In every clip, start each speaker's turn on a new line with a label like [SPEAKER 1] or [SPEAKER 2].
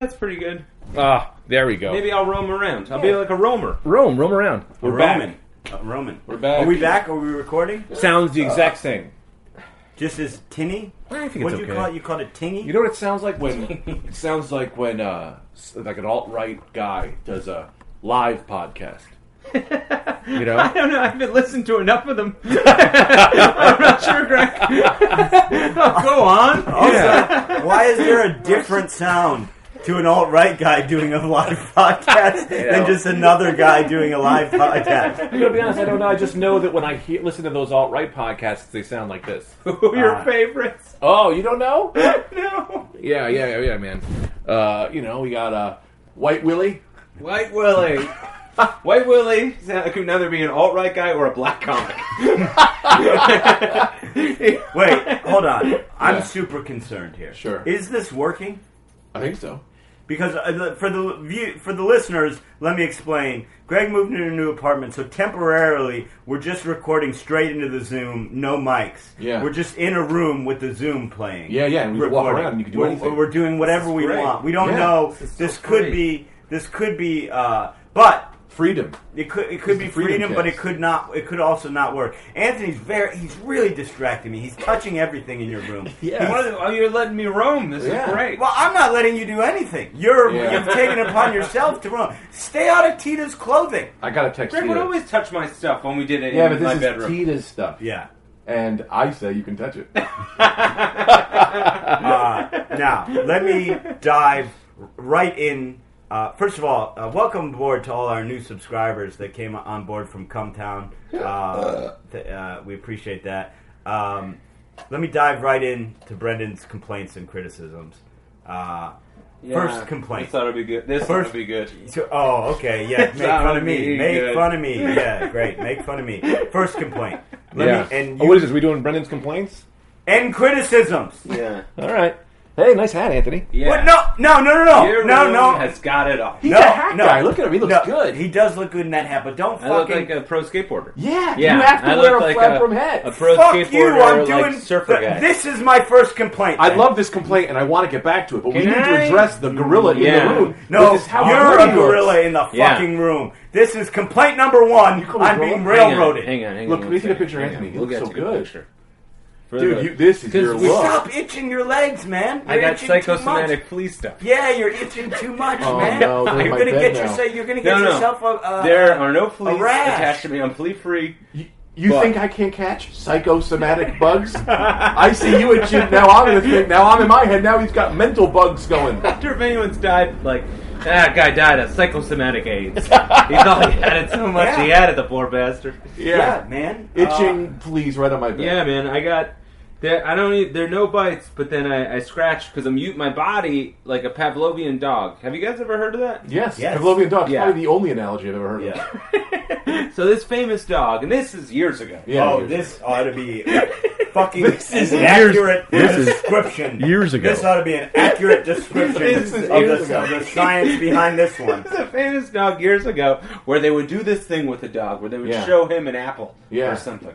[SPEAKER 1] that's pretty good.
[SPEAKER 2] Ah, there we go.
[SPEAKER 1] Maybe I'll roam around. I'll be like a roamer.
[SPEAKER 2] Roam, roam around.
[SPEAKER 1] We're
[SPEAKER 3] Roman. Uh, Roman.
[SPEAKER 1] We're back.
[SPEAKER 3] Are we back? Are we recording?
[SPEAKER 2] Sounds the exact same.
[SPEAKER 3] Just as tinny?
[SPEAKER 2] I think
[SPEAKER 3] What
[SPEAKER 2] it's
[SPEAKER 3] do you
[SPEAKER 2] okay.
[SPEAKER 3] call it? You call it tinny?
[SPEAKER 2] You know what it sounds like when it sounds like when uh s- like an alt right guy does a live podcast. You know?
[SPEAKER 1] I don't know. I haven't listened to enough of them. I'm not sure, Greg. Go on.
[SPEAKER 3] also, why is there a different sound to an alt right guy doing a live podcast than just another guy doing a live podcast?
[SPEAKER 2] I'm gonna be honest, I don't know. I just know that when I hear, listen to those alt right podcasts, they sound like this.
[SPEAKER 1] Who are your
[SPEAKER 3] Ah.
[SPEAKER 1] favorites?
[SPEAKER 2] Oh, you don't know?
[SPEAKER 1] No.
[SPEAKER 2] Yeah, yeah, yeah, yeah, man. Uh, you know, we got uh, White Willie.
[SPEAKER 1] White Willie. White Willie sound- could either be an alt right guy or a black comic.
[SPEAKER 3] Wait, hold on. I'm
[SPEAKER 2] Yeah.
[SPEAKER 3] super concerned here.
[SPEAKER 2] Sure.
[SPEAKER 3] Is this working?
[SPEAKER 2] I think so.
[SPEAKER 3] Because uh, the- for the view, for the listeners, let me explain. Greg moved into a new apartment, so temporarily we're just recording straight into the Zoom, no mics.
[SPEAKER 2] Yeah.
[SPEAKER 3] we're just in a room with the Zoom playing.
[SPEAKER 2] Yeah, yeah, and we can walk
[SPEAKER 3] Recording.
[SPEAKER 2] around and you can do
[SPEAKER 3] we're,
[SPEAKER 2] anything.
[SPEAKER 3] We're doing whatever
[SPEAKER 1] is
[SPEAKER 3] we
[SPEAKER 1] great.
[SPEAKER 3] want. We don't
[SPEAKER 2] Yeah.
[SPEAKER 3] know.
[SPEAKER 1] This is
[SPEAKER 3] This,
[SPEAKER 1] so
[SPEAKER 3] could
[SPEAKER 1] great.
[SPEAKER 3] be. This could be. Uh, but
[SPEAKER 2] Freedom.
[SPEAKER 3] it could it could be
[SPEAKER 2] It's the
[SPEAKER 3] freedom,
[SPEAKER 2] freedom
[SPEAKER 3] but it
[SPEAKER 2] test.
[SPEAKER 3] could not. It could also not work. Anthony's very. He's really distracting me. He's touching everything in your room.
[SPEAKER 2] Yeah.
[SPEAKER 1] One of the- oh, you're letting me roam. This
[SPEAKER 2] Yeah.
[SPEAKER 1] is great.
[SPEAKER 3] Well, I'm not letting you do anything. You're
[SPEAKER 2] Yeah.
[SPEAKER 3] you've taken it upon yourself to run. Stay out of Tita's clothing.
[SPEAKER 2] I got a text.
[SPEAKER 1] Greg would
[SPEAKER 2] Tita.
[SPEAKER 1] always touch my stuff when we did it
[SPEAKER 2] yeah,
[SPEAKER 1] in
[SPEAKER 2] but
[SPEAKER 1] my
[SPEAKER 2] this is
[SPEAKER 1] bedroom.
[SPEAKER 2] Tita's stuff.
[SPEAKER 3] Yeah.
[SPEAKER 2] and I say you can touch it.
[SPEAKER 3] Uh, now let me dive right in. Uh, first of all, uh, welcome aboard to all our new subscribers that came on board from Cumtown. Uh, th- uh, we appreciate that. Um, let me dive right in to Brendan's complaints and criticisms. Uh, First complaint.
[SPEAKER 1] This that'll be good. This
[SPEAKER 3] First-
[SPEAKER 1] will be good.
[SPEAKER 3] So, oh, okay. Yeah, make
[SPEAKER 1] That
[SPEAKER 3] fun
[SPEAKER 1] would
[SPEAKER 3] of
[SPEAKER 1] be
[SPEAKER 3] me. Make
[SPEAKER 1] good.
[SPEAKER 3] fun of me. Yeah, great. Make fun of me. First complaint. Let
[SPEAKER 2] yeah.
[SPEAKER 3] me, and
[SPEAKER 2] oh,
[SPEAKER 3] you,
[SPEAKER 2] what is this? We doing Brendan's complaints?
[SPEAKER 3] and criticisms.
[SPEAKER 1] Yeah.
[SPEAKER 2] All right. Hey, nice hat, Anthony.
[SPEAKER 1] Yeah.
[SPEAKER 3] What? No, no, no, no,
[SPEAKER 1] Your
[SPEAKER 3] no,
[SPEAKER 1] room
[SPEAKER 3] no, no.
[SPEAKER 1] has got it all.
[SPEAKER 2] He's
[SPEAKER 3] No,
[SPEAKER 2] a hat
[SPEAKER 3] no.
[SPEAKER 2] guy. Look at him. He looks
[SPEAKER 3] no.
[SPEAKER 2] good.
[SPEAKER 3] He does look good in that hat, but don't
[SPEAKER 1] I look
[SPEAKER 3] fucking.
[SPEAKER 1] like a pro skateboarder.
[SPEAKER 2] yeah,
[SPEAKER 1] Yeah,
[SPEAKER 2] You have to
[SPEAKER 1] I
[SPEAKER 2] wear
[SPEAKER 1] look
[SPEAKER 2] a
[SPEAKER 1] like
[SPEAKER 2] flat-brim
[SPEAKER 1] a-
[SPEAKER 2] hat.
[SPEAKER 1] A pro
[SPEAKER 3] Fuck
[SPEAKER 1] skateboarder,
[SPEAKER 3] you! I'm
[SPEAKER 1] like
[SPEAKER 3] doing
[SPEAKER 1] surfer
[SPEAKER 3] th-
[SPEAKER 1] guy.
[SPEAKER 3] This is my first complaint.
[SPEAKER 2] I
[SPEAKER 3] then.
[SPEAKER 2] love this complaint, and I want to get back to it, but we
[SPEAKER 1] Can
[SPEAKER 2] need
[SPEAKER 1] I-
[SPEAKER 2] to address the gorilla in
[SPEAKER 1] Yeah.
[SPEAKER 2] the room.
[SPEAKER 3] No,
[SPEAKER 2] This is how
[SPEAKER 3] you're
[SPEAKER 2] good
[SPEAKER 3] a
[SPEAKER 2] he looks.
[SPEAKER 3] gorilla in the
[SPEAKER 1] Yeah.
[SPEAKER 3] fucking room. This is complaint number one.
[SPEAKER 2] call
[SPEAKER 3] I'm
[SPEAKER 2] it
[SPEAKER 3] being
[SPEAKER 2] gorilla?
[SPEAKER 1] Hang on,
[SPEAKER 3] railroaded.
[SPEAKER 1] Hang on, hang on.
[SPEAKER 2] Look,
[SPEAKER 1] one
[SPEAKER 2] let me take a
[SPEAKER 1] second.
[SPEAKER 2] picture of
[SPEAKER 1] Hang on.
[SPEAKER 2] Anthony. He
[SPEAKER 1] We'll
[SPEAKER 2] looks
[SPEAKER 1] get
[SPEAKER 2] so
[SPEAKER 1] to the
[SPEAKER 2] good.
[SPEAKER 1] picture. For the-
[SPEAKER 2] Dude, you, this is
[SPEAKER 1] 'Cause
[SPEAKER 2] your
[SPEAKER 1] we
[SPEAKER 2] look.
[SPEAKER 3] Stop itching your legs, man.
[SPEAKER 1] I
[SPEAKER 3] You're
[SPEAKER 1] got
[SPEAKER 3] itching too much.
[SPEAKER 1] psychosomatic flea stuff.
[SPEAKER 3] Yeah, you're itching too much,
[SPEAKER 2] Oh,
[SPEAKER 3] man.
[SPEAKER 2] no, they're in
[SPEAKER 3] you're
[SPEAKER 2] my
[SPEAKER 3] gonna
[SPEAKER 2] bed
[SPEAKER 3] get
[SPEAKER 2] now.
[SPEAKER 3] yourself. You're
[SPEAKER 1] No,
[SPEAKER 3] gonna get
[SPEAKER 1] no.
[SPEAKER 3] yourself a. a
[SPEAKER 1] there are no fleas
[SPEAKER 3] rash.
[SPEAKER 1] attached to me. I'm flea free.
[SPEAKER 2] You, you
[SPEAKER 1] But-
[SPEAKER 2] think I can't catch psychosomatic bugs? I see you at gym. Now I'm gonna think. Now I'm in my head. Now he's got mental bugs going.
[SPEAKER 1] I wonder if anyone's died, like, that guy died of psychosomatic AIDS. he thought he had it so much, he
[SPEAKER 3] Yeah.
[SPEAKER 1] had it, the poor bastard.
[SPEAKER 3] Yeah, man.
[SPEAKER 2] Itching,
[SPEAKER 3] Uh,
[SPEAKER 2] please, right on my back.
[SPEAKER 1] Yeah, man, I got. There, I don't. Need, there are no bites, but then I, I scratch because I'm mute my body like a Pavlovian dog. Have you guys ever heard of that?
[SPEAKER 2] Yes,
[SPEAKER 3] Yes.
[SPEAKER 2] Pavlovian dog.
[SPEAKER 1] Yeah.
[SPEAKER 2] Probably the only analogy I've ever
[SPEAKER 3] Uh,
[SPEAKER 2] heard of.
[SPEAKER 3] yeah.
[SPEAKER 1] so this famous dog, and this is years ago.
[SPEAKER 2] Yeah.
[SPEAKER 3] oh, this ought to be fucking
[SPEAKER 2] This is
[SPEAKER 3] an
[SPEAKER 2] years-
[SPEAKER 3] accurate
[SPEAKER 2] this is
[SPEAKER 3] description.
[SPEAKER 2] years ago.
[SPEAKER 3] This ought to be an accurate description
[SPEAKER 2] This
[SPEAKER 3] of,
[SPEAKER 2] is years
[SPEAKER 3] the,
[SPEAKER 2] ago.
[SPEAKER 3] of the science behind this one.
[SPEAKER 1] There's a famous dog years ago where they would do this thing with the dog, where they would
[SPEAKER 2] Yeah.
[SPEAKER 1] show him an apple
[SPEAKER 2] Yeah.
[SPEAKER 1] or something.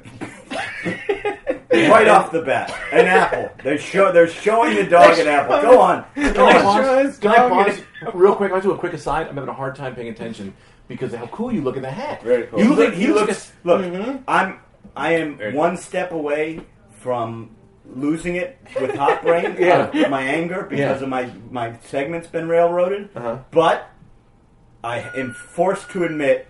[SPEAKER 3] Right off the bat, an apple. They're show they're showing the dog an apple. Go on, go
[SPEAKER 2] Can I
[SPEAKER 3] on.
[SPEAKER 2] pause?
[SPEAKER 1] Just
[SPEAKER 2] Can I
[SPEAKER 1] dog
[SPEAKER 2] pause?
[SPEAKER 1] it.
[SPEAKER 2] Real quick, I do a quick aside. I'm having a hard time paying attention because of how cool you look in the hat.
[SPEAKER 1] Very cool.
[SPEAKER 2] You look.
[SPEAKER 3] Look,
[SPEAKER 2] like- you
[SPEAKER 3] he
[SPEAKER 2] look. Mm-hmm.
[SPEAKER 3] looks. Mm-hmm. Look,
[SPEAKER 1] Mhm.
[SPEAKER 3] I'm. I am
[SPEAKER 1] Very good.
[SPEAKER 3] one step away from losing it with hot brain.
[SPEAKER 2] Yeah.
[SPEAKER 3] uh, my anger because
[SPEAKER 2] Yeah.
[SPEAKER 3] of my my segment's been railroaded.
[SPEAKER 2] Uh-huh.
[SPEAKER 3] But I am forced to admit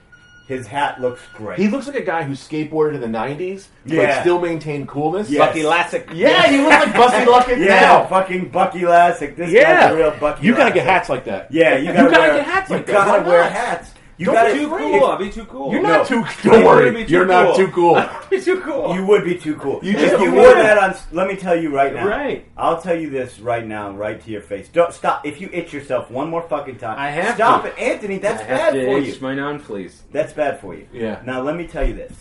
[SPEAKER 3] his hat looks great.
[SPEAKER 2] he looks like a guy who skateboarded in the '90s, but
[SPEAKER 3] Yeah.
[SPEAKER 2] still maintained coolness.
[SPEAKER 3] Yes.
[SPEAKER 1] Lucky Lassick.
[SPEAKER 2] Yeah, you look like Bussy Luckett
[SPEAKER 3] yeah,
[SPEAKER 2] now.
[SPEAKER 3] fucking Bucky Lassick. This
[SPEAKER 2] Yeah.
[SPEAKER 3] guy's a real Bucky.
[SPEAKER 2] You gotta get
[SPEAKER 3] Lassick.
[SPEAKER 2] hats like that.
[SPEAKER 3] Yeah, you gotta,
[SPEAKER 2] You gotta
[SPEAKER 3] wear,
[SPEAKER 2] get hats
[SPEAKER 3] You
[SPEAKER 2] like that.
[SPEAKER 3] gotta
[SPEAKER 2] Why
[SPEAKER 3] wear
[SPEAKER 2] not?
[SPEAKER 3] hats. You
[SPEAKER 2] Don't
[SPEAKER 3] gotta
[SPEAKER 2] be
[SPEAKER 1] Too
[SPEAKER 2] Great.
[SPEAKER 1] cool. I'll be too cool.
[SPEAKER 2] You're not
[SPEAKER 3] No.
[SPEAKER 2] too. Don't
[SPEAKER 1] You're
[SPEAKER 2] worry.
[SPEAKER 1] gonna be too
[SPEAKER 2] You're
[SPEAKER 1] cool.
[SPEAKER 2] not too cool.
[SPEAKER 1] be too cool.
[SPEAKER 3] You would be too cool.
[SPEAKER 2] You
[SPEAKER 3] if
[SPEAKER 2] just
[SPEAKER 3] you
[SPEAKER 2] would.
[SPEAKER 3] wore that on, let me tell you right now.
[SPEAKER 1] Right.
[SPEAKER 3] I'll tell you this right now, right to your face. Don't stop. If you itch yourself one more fucking time,
[SPEAKER 1] I have
[SPEAKER 3] stop
[SPEAKER 1] to.
[SPEAKER 3] it, Anthony.
[SPEAKER 1] I
[SPEAKER 3] That's
[SPEAKER 1] have
[SPEAKER 3] bad
[SPEAKER 1] to
[SPEAKER 3] for
[SPEAKER 1] itch
[SPEAKER 3] you.
[SPEAKER 1] my non fleas.
[SPEAKER 3] That's bad for you.
[SPEAKER 2] Yeah.
[SPEAKER 3] Now let me tell you this.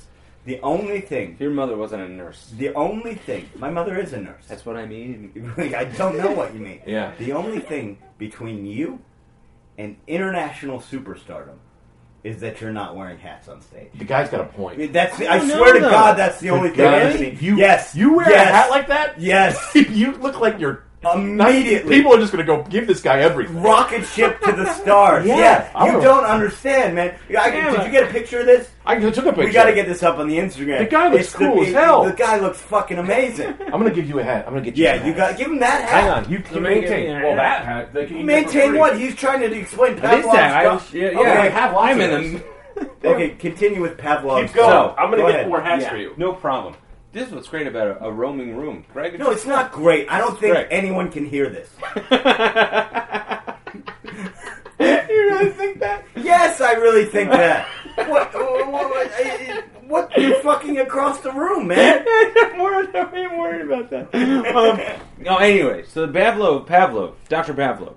[SPEAKER 3] The only
[SPEAKER 1] If
[SPEAKER 3] thing,
[SPEAKER 1] your mother wasn't a nurse,
[SPEAKER 3] the only thing. My mother is a nurse.
[SPEAKER 1] that's what I mean.
[SPEAKER 3] I don't know what you mean.
[SPEAKER 2] Yeah.
[SPEAKER 3] The only thing between you and international superstardom is that you're not wearing hats on stage.
[SPEAKER 2] The guy's got a point.
[SPEAKER 3] That's. I,
[SPEAKER 1] I don't
[SPEAKER 3] swear
[SPEAKER 1] know,
[SPEAKER 3] to
[SPEAKER 1] though.
[SPEAKER 3] God, that's the only thing.
[SPEAKER 2] Guys,
[SPEAKER 3] Anthony.
[SPEAKER 2] you
[SPEAKER 3] yes.
[SPEAKER 2] you wear
[SPEAKER 3] yes,
[SPEAKER 2] a hat like that?
[SPEAKER 3] Yes.
[SPEAKER 2] you look like you're
[SPEAKER 3] Immediately.
[SPEAKER 2] People are just going to go give this guy everything.
[SPEAKER 3] rocket ship to the stars.
[SPEAKER 2] Yeah. Oh. I
[SPEAKER 3] you
[SPEAKER 2] don't-
[SPEAKER 3] don't understand, man. I,
[SPEAKER 1] Yeah,
[SPEAKER 3] did
[SPEAKER 1] but-
[SPEAKER 3] you get a picture of this?
[SPEAKER 2] I took a picture.
[SPEAKER 3] We got to get this up on the Instagram.
[SPEAKER 2] The guy looks cool as hell.
[SPEAKER 3] The guy looks fucking amazing.
[SPEAKER 2] I'm going to give you a hat. I'm going to get you. a
[SPEAKER 3] yeah,
[SPEAKER 2] hat.
[SPEAKER 3] you got give him that
[SPEAKER 2] Hang
[SPEAKER 3] hat.
[SPEAKER 2] on. You can
[SPEAKER 1] Somebody
[SPEAKER 2] maintain.
[SPEAKER 1] give me a hat.
[SPEAKER 2] Well, that hat. They can eat for
[SPEAKER 3] Maintain
[SPEAKER 2] free.
[SPEAKER 3] what? He's trying to explain
[SPEAKER 1] It is
[SPEAKER 3] Pavlov's
[SPEAKER 1] that. I,
[SPEAKER 3] stuff.
[SPEAKER 1] yeah, yeah.
[SPEAKER 2] Okay, I
[SPEAKER 1] I
[SPEAKER 2] have lots
[SPEAKER 1] I'm
[SPEAKER 2] of
[SPEAKER 1] in
[SPEAKER 2] those.
[SPEAKER 1] them.
[SPEAKER 3] Okay, continue with Pavlov's.
[SPEAKER 2] Keep going.
[SPEAKER 3] stuff.
[SPEAKER 2] I'm gonna
[SPEAKER 3] Go
[SPEAKER 2] get
[SPEAKER 3] ahead.
[SPEAKER 2] more hats
[SPEAKER 1] Yeah,
[SPEAKER 2] for you.
[SPEAKER 1] No problem. This is what's great about a, a roaming room, Greg.
[SPEAKER 3] No, it's not great. I don't think
[SPEAKER 1] Great.
[SPEAKER 3] anyone can hear this.
[SPEAKER 1] you really think that?
[SPEAKER 3] Yes, I really think that. what, what, what, I- what, you're fucking across the room, man?
[SPEAKER 1] I'm worried, I am worried about that. Um, no, anyway, so Pavlov, Pavlov, Dr. Pavlov.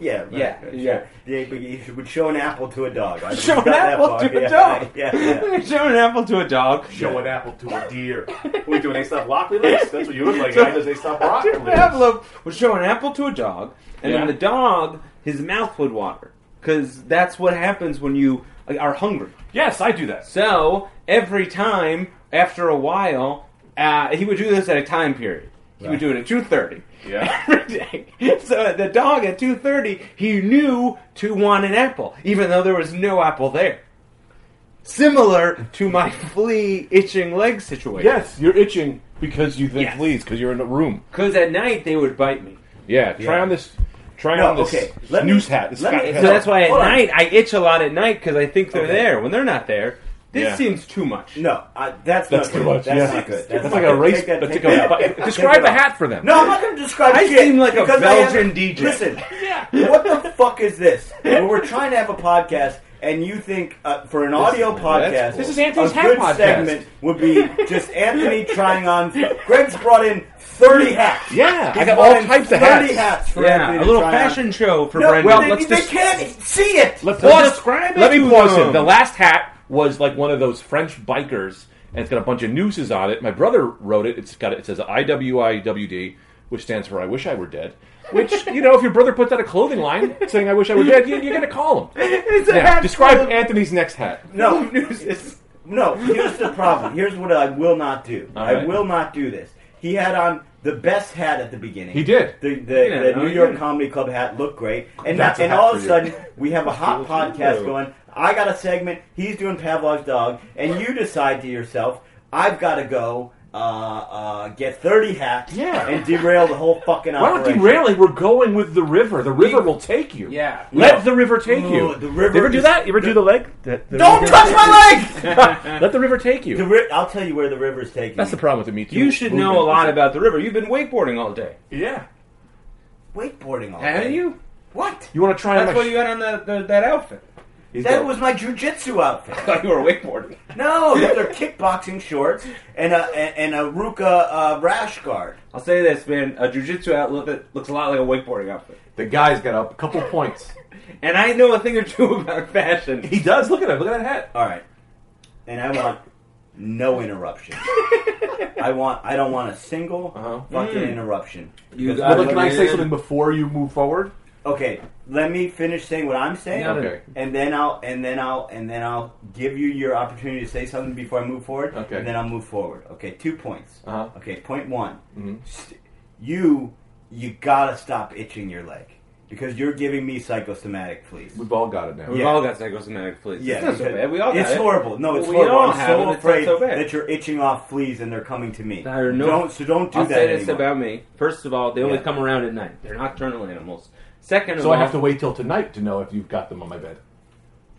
[SPEAKER 3] Yeah, right,
[SPEAKER 1] Yeah,
[SPEAKER 3] right,
[SPEAKER 1] yeah.
[SPEAKER 3] sure. Yeah, but you would show an apple to a dog. I
[SPEAKER 1] Show
[SPEAKER 3] got
[SPEAKER 1] an
[SPEAKER 3] that
[SPEAKER 1] apple
[SPEAKER 3] far.
[SPEAKER 1] to a
[SPEAKER 3] Yeah,
[SPEAKER 1] dog.
[SPEAKER 3] Yeah, yeah.
[SPEAKER 1] Show an apple to a dog.
[SPEAKER 2] Show an apple to a deer. What are you doing? They stop broccoli leaves? That's what you look like.
[SPEAKER 1] So-
[SPEAKER 2] guys, is they stop broccoli
[SPEAKER 1] Dr.
[SPEAKER 2] leaves.
[SPEAKER 1] Pavlov would show an apple to a dog, and
[SPEAKER 2] Yeah.
[SPEAKER 1] then the dog, his mouth would water. Because that's what happens when you like, are hungry.
[SPEAKER 2] Yes, I do that.
[SPEAKER 1] So every time, after a while, uh, he would do this at a time period. He would
[SPEAKER 3] Right.
[SPEAKER 1] do it at two thirty.
[SPEAKER 2] Yeah.
[SPEAKER 1] Every day. So the dog at two thirty, he knew to want an apple, even though there was no apple there. Similar to my flea itching leg situation.
[SPEAKER 2] Yes, you're itching because you think
[SPEAKER 1] Yes.
[SPEAKER 2] fleas because you're in a room.
[SPEAKER 1] Because at night they would bite me.
[SPEAKER 2] Yeah. Try
[SPEAKER 3] Yeah.
[SPEAKER 2] on this. Try
[SPEAKER 3] No,
[SPEAKER 2] on this
[SPEAKER 3] okay, let me-
[SPEAKER 2] noose hat. This
[SPEAKER 3] let
[SPEAKER 2] fat
[SPEAKER 3] me-
[SPEAKER 1] So
[SPEAKER 2] hat.
[SPEAKER 3] No,
[SPEAKER 1] that's why at
[SPEAKER 3] hold on.
[SPEAKER 1] night I itch a lot at night because I think they're
[SPEAKER 3] Okay.
[SPEAKER 1] there when they're not there. This
[SPEAKER 2] Yeah.
[SPEAKER 1] seems too much.
[SPEAKER 3] No, I, that's,
[SPEAKER 2] That's
[SPEAKER 3] not
[SPEAKER 2] too
[SPEAKER 3] good.
[SPEAKER 2] much.
[SPEAKER 3] That's
[SPEAKER 2] yeah.
[SPEAKER 3] not good.
[SPEAKER 2] That's,
[SPEAKER 3] not
[SPEAKER 2] like
[SPEAKER 3] good.
[SPEAKER 2] a race.
[SPEAKER 3] Take that-
[SPEAKER 2] that's
[SPEAKER 3] take
[SPEAKER 2] like a-
[SPEAKER 3] that out.
[SPEAKER 2] describe
[SPEAKER 3] Take
[SPEAKER 2] a
[SPEAKER 3] that out.
[SPEAKER 2] hat for them.
[SPEAKER 3] No, I'm not going to describe
[SPEAKER 1] I
[SPEAKER 3] shit.
[SPEAKER 1] seem like a
[SPEAKER 3] because I have-
[SPEAKER 1] Belgian DJ.
[SPEAKER 3] Listen, what the fuck is this? When we're trying to have a podcast, and you think uh, for an audio
[SPEAKER 1] that's
[SPEAKER 3] podcast,
[SPEAKER 1] cool.
[SPEAKER 2] This is Anthony's
[SPEAKER 3] a
[SPEAKER 2] hat
[SPEAKER 3] good
[SPEAKER 2] podcast.
[SPEAKER 3] segment would be just Anthony trying on. Greg's brought in 30 hats.
[SPEAKER 2] Yeah,
[SPEAKER 3] He's
[SPEAKER 2] I got
[SPEAKER 3] brought
[SPEAKER 2] all
[SPEAKER 3] in
[SPEAKER 2] types of
[SPEAKER 3] 30
[SPEAKER 2] hats.
[SPEAKER 3] hats for Anthony
[SPEAKER 1] Yeah, a
[SPEAKER 3] to
[SPEAKER 1] little
[SPEAKER 3] try
[SPEAKER 1] fashion
[SPEAKER 3] On.
[SPEAKER 1] show for
[SPEAKER 3] No,
[SPEAKER 1] Brendan.
[SPEAKER 3] well,
[SPEAKER 2] Well, let's
[SPEAKER 3] they, they
[SPEAKER 2] dis-
[SPEAKER 3] can't see it.
[SPEAKER 2] Let,
[SPEAKER 1] So
[SPEAKER 2] pause-
[SPEAKER 1] describe it
[SPEAKER 2] let me
[SPEAKER 1] to
[SPEAKER 2] pause
[SPEAKER 1] them.
[SPEAKER 2] it. The last hat was like one of those French bikers, and it's got a bunch of nooses on it. My brother wrote it. It's got it says IWIWD, which stands for I wish I were dead. Which you know, if your brother puts out a clothing line saying I wish I were dead, you, you're gonna call him.
[SPEAKER 1] It's a
[SPEAKER 2] Now,
[SPEAKER 1] hat
[SPEAKER 2] describe
[SPEAKER 1] full of-
[SPEAKER 2] Anthony's next hat.
[SPEAKER 3] no,
[SPEAKER 1] news is-
[SPEAKER 3] No, here's the problem. Here's what I will not do.
[SPEAKER 2] All
[SPEAKER 3] I
[SPEAKER 2] right.
[SPEAKER 3] will not do this. He had on the best hat at the beginning.
[SPEAKER 2] He did.
[SPEAKER 3] The, the,
[SPEAKER 1] Yeah,
[SPEAKER 3] the
[SPEAKER 1] no,
[SPEAKER 3] New
[SPEAKER 1] he
[SPEAKER 3] York
[SPEAKER 1] did.
[SPEAKER 3] Comedy Club hat looked great. And,
[SPEAKER 2] That's a
[SPEAKER 3] now- and
[SPEAKER 2] hat
[SPEAKER 3] all
[SPEAKER 2] for
[SPEAKER 3] of a
[SPEAKER 2] you.
[SPEAKER 3] sudden, we have a hot
[SPEAKER 1] Cool, too,
[SPEAKER 3] podcast
[SPEAKER 1] though.
[SPEAKER 3] going. I got a segment. He's doing Pavlov's Dog. And you decide to yourself, I've got to go uh, uh, get 30 hats
[SPEAKER 2] Yeah.
[SPEAKER 3] and derail the whole fucking
[SPEAKER 2] Why not
[SPEAKER 3] operation.
[SPEAKER 2] derailing? We're going with the river. The river
[SPEAKER 1] We-
[SPEAKER 2] will take you.
[SPEAKER 1] Yeah.
[SPEAKER 2] Let
[SPEAKER 3] No.
[SPEAKER 2] the river take you.
[SPEAKER 3] No, the river
[SPEAKER 2] you ever do
[SPEAKER 3] is-
[SPEAKER 2] that? You ever do the leg? The- the
[SPEAKER 3] Don't
[SPEAKER 2] river-
[SPEAKER 3] touch my leg!
[SPEAKER 2] Let the river take you.
[SPEAKER 3] the ri- I'll tell you where the river's taking
[SPEAKER 2] That's the
[SPEAKER 3] me.
[SPEAKER 2] problem with the Me Too.
[SPEAKER 1] You should
[SPEAKER 2] movement.
[SPEAKER 1] know a lot about the river. You've been wakeboarding all day.
[SPEAKER 2] Yeah.
[SPEAKER 3] Wakeboarding all
[SPEAKER 1] Have
[SPEAKER 3] day.
[SPEAKER 1] you?
[SPEAKER 3] What?
[SPEAKER 2] You want to try on
[SPEAKER 1] That's
[SPEAKER 2] my
[SPEAKER 1] why you had on the, the, that outfit.
[SPEAKER 2] He's
[SPEAKER 3] That
[SPEAKER 2] got-
[SPEAKER 3] was my jujitsu outfit.
[SPEAKER 1] I thought you were wakeboarding.
[SPEAKER 3] No, they're kickboxing shorts and a and, and a Ruka uh, rash guard.
[SPEAKER 1] I'll say this, man. A jujitsu outfit that looks a lot like a wakeboarding outfit.
[SPEAKER 2] the guy's got a couple points.
[SPEAKER 1] And I know a thing or two about fashion.
[SPEAKER 2] He does. Look at him. Look at that hat.
[SPEAKER 3] All right, and I want no interruption. I want I don't want a single
[SPEAKER 2] Uh-huh.
[SPEAKER 3] fucking
[SPEAKER 1] Mm.
[SPEAKER 3] interruption.
[SPEAKER 1] You
[SPEAKER 3] Because
[SPEAKER 1] got
[SPEAKER 2] But can I
[SPEAKER 1] man.
[SPEAKER 2] say something before you move forward?
[SPEAKER 3] Okay, let me finish saying what I'm saying,
[SPEAKER 1] Yeah.
[SPEAKER 2] Okay.
[SPEAKER 3] and then I'll and then I'll and then I'll give you your opportunity to say something before I move forward.
[SPEAKER 2] Okay.
[SPEAKER 3] and then I'll move forward. Okay, two points.
[SPEAKER 2] Uh-huh.
[SPEAKER 3] Okay, point one.
[SPEAKER 1] Mm-hmm.
[SPEAKER 2] Mhm.
[SPEAKER 3] St- you you gotta stop itching your leg because you're giving me psychosomatic fleas.
[SPEAKER 2] We've all got it now.
[SPEAKER 1] We've
[SPEAKER 3] Yeah.
[SPEAKER 1] all got psychosomatic fleas.
[SPEAKER 3] Yeah,
[SPEAKER 1] it's not so
[SPEAKER 3] because
[SPEAKER 1] bad. We all got
[SPEAKER 3] it's
[SPEAKER 1] it.
[SPEAKER 3] horrible. No, it's
[SPEAKER 1] We
[SPEAKER 3] horrible.
[SPEAKER 1] all
[SPEAKER 3] I'm
[SPEAKER 1] have it.
[SPEAKER 3] so
[SPEAKER 1] It's not
[SPEAKER 3] afraid
[SPEAKER 1] so bad.
[SPEAKER 3] that you're itching off fleas and they're coming to me.
[SPEAKER 1] There are no-
[SPEAKER 3] don't so don't do
[SPEAKER 1] I'll
[SPEAKER 3] that
[SPEAKER 1] say this
[SPEAKER 3] anymore.
[SPEAKER 1] about me. First of all, they only
[SPEAKER 3] Yeah.
[SPEAKER 1] come around at night. They're nocturnal animals. Second of
[SPEAKER 2] So
[SPEAKER 1] all,
[SPEAKER 2] I have to wait till tonight to know if you've got them on my bed.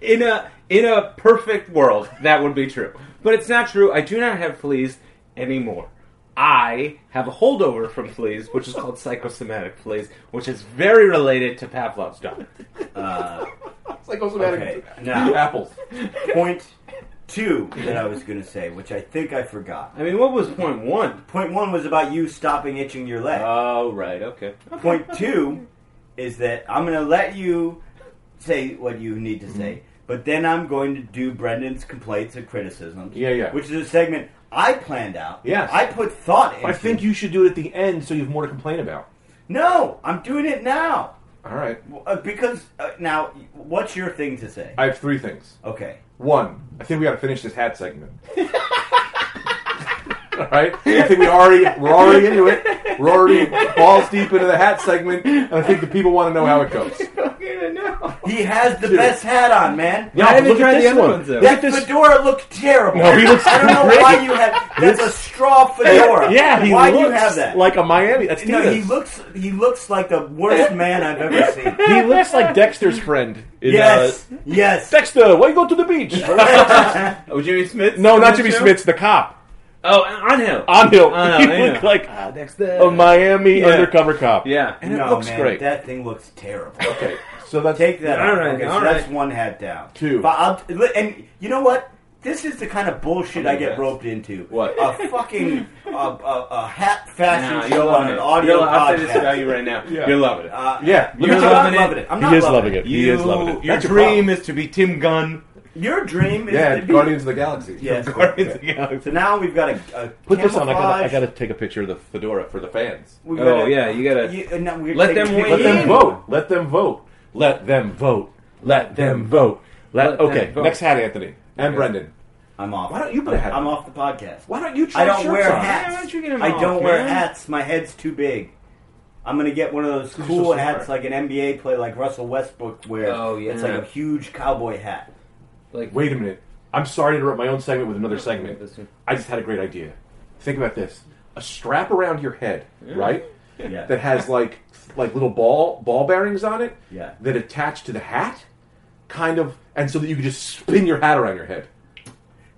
[SPEAKER 1] in a in a perfect world, that would be true. But it's not true. I do not have fleas anymore. I have a holdover from fleas, which is called psychosomatic fleas, which is very related to Pavlov's dog.
[SPEAKER 3] uh,
[SPEAKER 2] It's like those bad
[SPEAKER 3] Okay,
[SPEAKER 2] apples.
[SPEAKER 3] now-
[SPEAKER 2] apples.
[SPEAKER 3] point two that I was gonna say, which I think I forgot.
[SPEAKER 1] I mean, what was point one?
[SPEAKER 3] Point one was about you stopping itching your leg.
[SPEAKER 1] Oh, right, okay.
[SPEAKER 3] Point two is that I'm going to let you say what you need to say,
[SPEAKER 2] Mm-hmm.
[SPEAKER 3] but then I'm going to do Brendan's complaints and criticisms.
[SPEAKER 2] Yeah, yeah.
[SPEAKER 3] Which is a segment I planned out.
[SPEAKER 2] Yes.
[SPEAKER 3] I put thought into.
[SPEAKER 2] I think you should do it at the end so you have more to complain about.
[SPEAKER 3] No, I'm doing it now
[SPEAKER 2] All right.
[SPEAKER 3] uh, because uh, now what's your thing to say?
[SPEAKER 2] I have three things.
[SPEAKER 3] okay.
[SPEAKER 2] One, I think we got to finish this hat segment. All right. I think we already we're already into it. We're already balls deep into the hat segment, and I think the people want to know how it goes.
[SPEAKER 1] fucking know.
[SPEAKER 3] He has the best hat on, man.
[SPEAKER 2] Yeah,
[SPEAKER 1] I haven't
[SPEAKER 2] look
[SPEAKER 1] tried
[SPEAKER 2] at
[SPEAKER 1] the
[SPEAKER 2] this
[SPEAKER 1] other
[SPEAKER 2] one.
[SPEAKER 1] ones, though.
[SPEAKER 2] Look at
[SPEAKER 3] That
[SPEAKER 2] this.
[SPEAKER 3] fedora looked terrible.
[SPEAKER 2] No, he looks
[SPEAKER 3] I don't know
[SPEAKER 2] great.
[SPEAKER 3] why you have. That's a straw fedora.
[SPEAKER 2] Yeah, he
[SPEAKER 3] why
[SPEAKER 2] looks
[SPEAKER 3] do you have that?
[SPEAKER 2] like a Miami. That's
[SPEAKER 3] no,
[SPEAKER 2] Tina's.
[SPEAKER 3] he looks. He looks like the worst man I've ever seen.
[SPEAKER 2] He looks like Dexter's friend. in,
[SPEAKER 3] Yes,
[SPEAKER 2] uh,
[SPEAKER 3] yes.
[SPEAKER 2] Dexter, why you go to the beach?
[SPEAKER 1] Oh, Jimmy Smith?
[SPEAKER 2] no, not Jimmy Smith's the cop.
[SPEAKER 1] Oh, on him.
[SPEAKER 2] On Hill.
[SPEAKER 1] On
[SPEAKER 2] he
[SPEAKER 1] Hill, yeah.
[SPEAKER 2] looked like
[SPEAKER 1] Ah, that's the-
[SPEAKER 2] a Miami
[SPEAKER 1] Yeah.
[SPEAKER 2] undercover cop.
[SPEAKER 1] Yeah.
[SPEAKER 2] And it
[SPEAKER 3] no,
[SPEAKER 2] looks
[SPEAKER 3] man,
[SPEAKER 2] great.
[SPEAKER 3] That thing looks terrible.
[SPEAKER 2] okay. So that's
[SPEAKER 3] Take that.
[SPEAKER 1] All
[SPEAKER 3] off.
[SPEAKER 1] right,
[SPEAKER 3] Okay, so
[SPEAKER 1] all
[SPEAKER 3] that's
[SPEAKER 1] right.
[SPEAKER 3] one hat down.
[SPEAKER 2] Two.
[SPEAKER 3] But I'll, li- and you know what? This is the kind of bullshit I get
[SPEAKER 1] yes.
[SPEAKER 3] roped into.
[SPEAKER 2] What?
[SPEAKER 3] A fucking a, a, a hat fashion
[SPEAKER 1] Nah, you're
[SPEAKER 3] show on
[SPEAKER 1] loving
[SPEAKER 3] an
[SPEAKER 1] it.
[SPEAKER 3] audio
[SPEAKER 1] You'll- I'll say this about
[SPEAKER 3] podcast.
[SPEAKER 1] you right now.
[SPEAKER 2] Yeah.
[SPEAKER 1] You're loving it.
[SPEAKER 3] Uh,
[SPEAKER 2] Yeah.
[SPEAKER 3] I'm
[SPEAKER 1] You're
[SPEAKER 3] not
[SPEAKER 1] loving it.
[SPEAKER 3] loving it. I'm
[SPEAKER 2] He
[SPEAKER 3] not
[SPEAKER 2] is loving it. He
[SPEAKER 1] You-
[SPEAKER 2] is loving it.
[SPEAKER 1] Your
[SPEAKER 2] That's
[SPEAKER 1] dream is to be Tim Gunn.
[SPEAKER 3] Your dream is
[SPEAKER 2] Yeah,
[SPEAKER 3] to be
[SPEAKER 2] Guardians of the Galaxy.
[SPEAKER 3] Yes.
[SPEAKER 1] Guardians of the Galaxy.
[SPEAKER 3] So now we've got a, a
[SPEAKER 2] Put this on. I gotta, I
[SPEAKER 3] camouflage.
[SPEAKER 2] gotta take a picture of the fedora for the fans.
[SPEAKER 3] We've
[SPEAKER 1] Oh,
[SPEAKER 3] got a-
[SPEAKER 1] yeah, you gotta-
[SPEAKER 3] You, and now we're
[SPEAKER 1] Let
[SPEAKER 3] taking
[SPEAKER 1] them
[SPEAKER 3] pictures.
[SPEAKER 2] Let them
[SPEAKER 1] Yeah.
[SPEAKER 2] vote. Let them vote. Let them vote. Let them vote. Let,
[SPEAKER 1] Let them
[SPEAKER 2] okay.
[SPEAKER 1] vote.
[SPEAKER 2] Next hat, Anthony and Brendan.
[SPEAKER 3] I'm off.
[SPEAKER 2] Why don't you put a hat
[SPEAKER 3] I'm
[SPEAKER 2] on?
[SPEAKER 3] off the podcast.
[SPEAKER 2] Why don't you? Try
[SPEAKER 3] I don't
[SPEAKER 2] shirts
[SPEAKER 3] wear
[SPEAKER 1] Yeah,
[SPEAKER 2] on?
[SPEAKER 1] why
[SPEAKER 3] hats.
[SPEAKER 1] don't you get them
[SPEAKER 3] I
[SPEAKER 1] off,
[SPEAKER 3] don't wear
[SPEAKER 1] man?
[SPEAKER 3] hats. My head's too big. I'm gonna get one of those
[SPEAKER 2] so
[SPEAKER 3] cool
[SPEAKER 2] smart.
[SPEAKER 3] hats like an NBA player, like Russell Westbrook wears.
[SPEAKER 1] Oh, yeah.
[SPEAKER 3] It's like a huge cowboy hat.
[SPEAKER 1] Like,
[SPEAKER 2] Wait a minute. I'm sorry to interrupt my own segment with another segment.
[SPEAKER 1] This one.
[SPEAKER 2] I just had a great idea. Think about this: a strap around your head, right?
[SPEAKER 3] Yeah.
[SPEAKER 2] That has like like little ball ball bearings on it.
[SPEAKER 3] Yeah.
[SPEAKER 2] That attach to the hat, kind of, and so that you can just spin your hat around your head.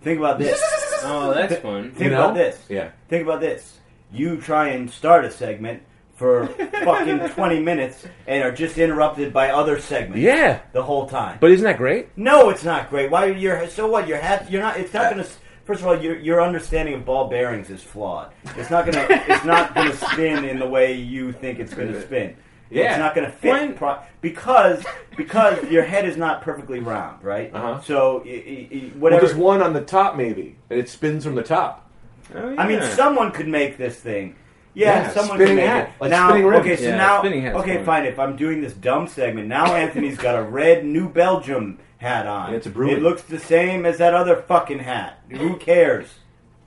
[SPEAKER 3] Think about this.
[SPEAKER 1] oh, that's fun.
[SPEAKER 3] Think
[SPEAKER 2] You
[SPEAKER 3] about
[SPEAKER 2] know?
[SPEAKER 3] this.
[SPEAKER 2] Yeah.
[SPEAKER 3] Think about this. You try and start a segment for fucking 20 minutes and are just interrupted by other segments.
[SPEAKER 2] Yeah.
[SPEAKER 3] The whole time.
[SPEAKER 2] But isn't that great?
[SPEAKER 3] No, it's not great. Why you're so what? Your hat. You're not. It's not going to. First of all, your your understanding of ball bearings is flawed. It's not going to. It's not going to spin in the way you think it's going to spin.
[SPEAKER 2] Yeah.
[SPEAKER 3] It's not going to fit
[SPEAKER 1] When-
[SPEAKER 3] pro- because because your head is not perfectly round, right?
[SPEAKER 2] Uh-huh.
[SPEAKER 3] So i- i- i-
[SPEAKER 2] Well,
[SPEAKER 3] whatever.
[SPEAKER 2] there's one on the top maybe, and it spins from the top.
[SPEAKER 1] Oh,
[SPEAKER 3] I mean,
[SPEAKER 1] yeah.
[SPEAKER 3] someone could make this thing. Yeah,
[SPEAKER 2] Yeah,
[SPEAKER 3] someone
[SPEAKER 2] spinning
[SPEAKER 3] could make
[SPEAKER 2] hat,
[SPEAKER 3] it.
[SPEAKER 2] like
[SPEAKER 3] now,
[SPEAKER 2] spinning rims.
[SPEAKER 3] okay, so
[SPEAKER 1] Yeah,
[SPEAKER 3] now,
[SPEAKER 1] spinning hat's
[SPEAKER 3] okay,
[SPEAKER 1] fun.
[SPEAKER 3] fine. If I'm doing this dumb segment, now Anthony's got a red New Belgium hat on.
[SPEAKER 2] Yeah, it's a brewery.
[SPEAKER 3] It looks the same as that other fucking hat. Who cares?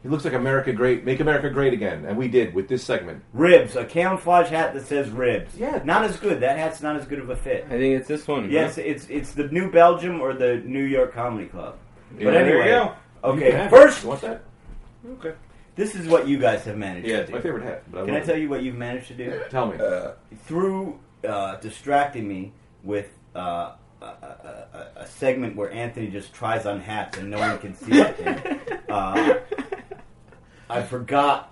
[SPEAKER 2] It looks like America Great, Make America Great Again, and we did with this segment.
[SPEAKER 3] Ribs, a camouflage hat that says ribs.
[SPEAKER 2] Yeah.
[SPEAKER 3] not as good. That hat's not as good of a fit.
[SPEAKER 1] I think it's this one.
[SPEAKER 3] Yes,
[SPEAKER 1] huh?
[SPEAKER 3] it's it's the New Belgium or the New York Comedy Club. But
[SPEAKER 2] Yeah, there
[SPEAKER 3] anyway,
[SPEAKER 1] you go.
[SPEAKER 2] You can
[SPEAKER 3] okay.
[SPEAKER 2] have it.
[SPEAKER 3] First,
[SPEAKER 2] you want that?
[SPEAKER 1] Okay.
[SPEAKER 3] this is what you guys have managed.
[SPEAKER 2] Yeah,
[SPEAKER 3] to
[SPEAKER 2] it's
[SPEAKER 3] do.
[SPEAKER 2] my favorite hat. But
[SPEAKER 3] Can I
[SPEAKER 2] love
[SPEAKER 3] tell
[SPEAKER 2] it.
[SPEAKER 3] you Uh, what you've managed to do?
[SPEAKER 2] Tell me.
[SPEAKER 3] through uh, distracting me with uh, a, a, a- a segment where Anthony just tries on hats and no one can see it, uh, I forgot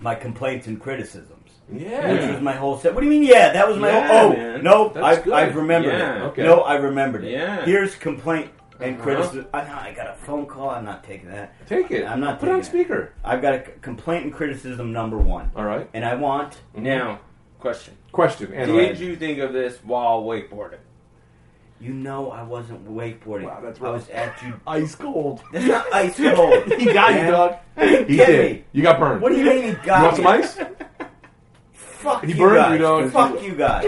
[SPEAKER 3] my complaints and criticisms. Which
[SPEAKER 2] yeah.
[SPEAKER 3] was my whole set. What do you mean? Yeah, that was my
[SPEAKER 1] Yeah,
[SPEAKER 3] whole. Oh
[SPEAKER 1] man.
[SPEAKER 3] no,
[SPEAKER 2] That's
[SPEAKER 3] I've,
[SPEAKER 2] good.
[SPEAKER 3] I've remembered
[SPEAKER 1] Yeah.
[SPEAKER 3] it.
[SPEAKER 2] Okay.
[SPEAKER 3] No, I remembered it.
[SPEAKER 1] Yeah.
[SPEAKER 3] Here's complaint and
[SPEAKER 1] Uh-huh.
[SPEAKER 3] criticism. I, I got a phone call. I'm not taking that.
[SPEAKER 2] Take it.
[SPEAKER 3] I'm not
[SPEAKER 2] Put it on
[SPEAKER 3] taking it.
[SPEAKER 2] speaker.
[SPEAKER 3] I've got a c- complaint and criticism number one,
[SPEAKER 2] All right.
[SPEAKER 3] and I want
[SPEAKER 1] Now, question.
[SPEAKER 2] Question. And
[SPEAKER 1] Did you think of this while wakeboarding?
[SPEAKER 3] You know I wasn't wakeboarding.
[SPEAKER 2] Wow, that's
[SPEAKER 3] I
[SPEAKER 2] rough.
[SPEAKER 3] was at you.
[SPEAKER 2] ice cold?
[SPEAKER 3] That's not ice cold.
[SPEAKER 2] he got you,
[SPEAKER 3] man.
[SPEAKER 2] dog. He
[SPEAKER 3] Get
[SPEAKER 2] did.
[SPEAKER 3] me.
[SPEAKER 2] You got burned.
[SPEAKER 3] What do you mean he got
[SPEAKER 2] You want
[SPEAKER 3] me?
[SPEAKER 2] some ice?
[SPEAKER 3] Fuck
[SPEAKER 2] He
[SPEAKER 3] you
[SPEAKER 2] burned
[SPEAKER 3] guys.
[SPEAKER 2] you, dog.
[SPEAKER 3] Fuck you guys.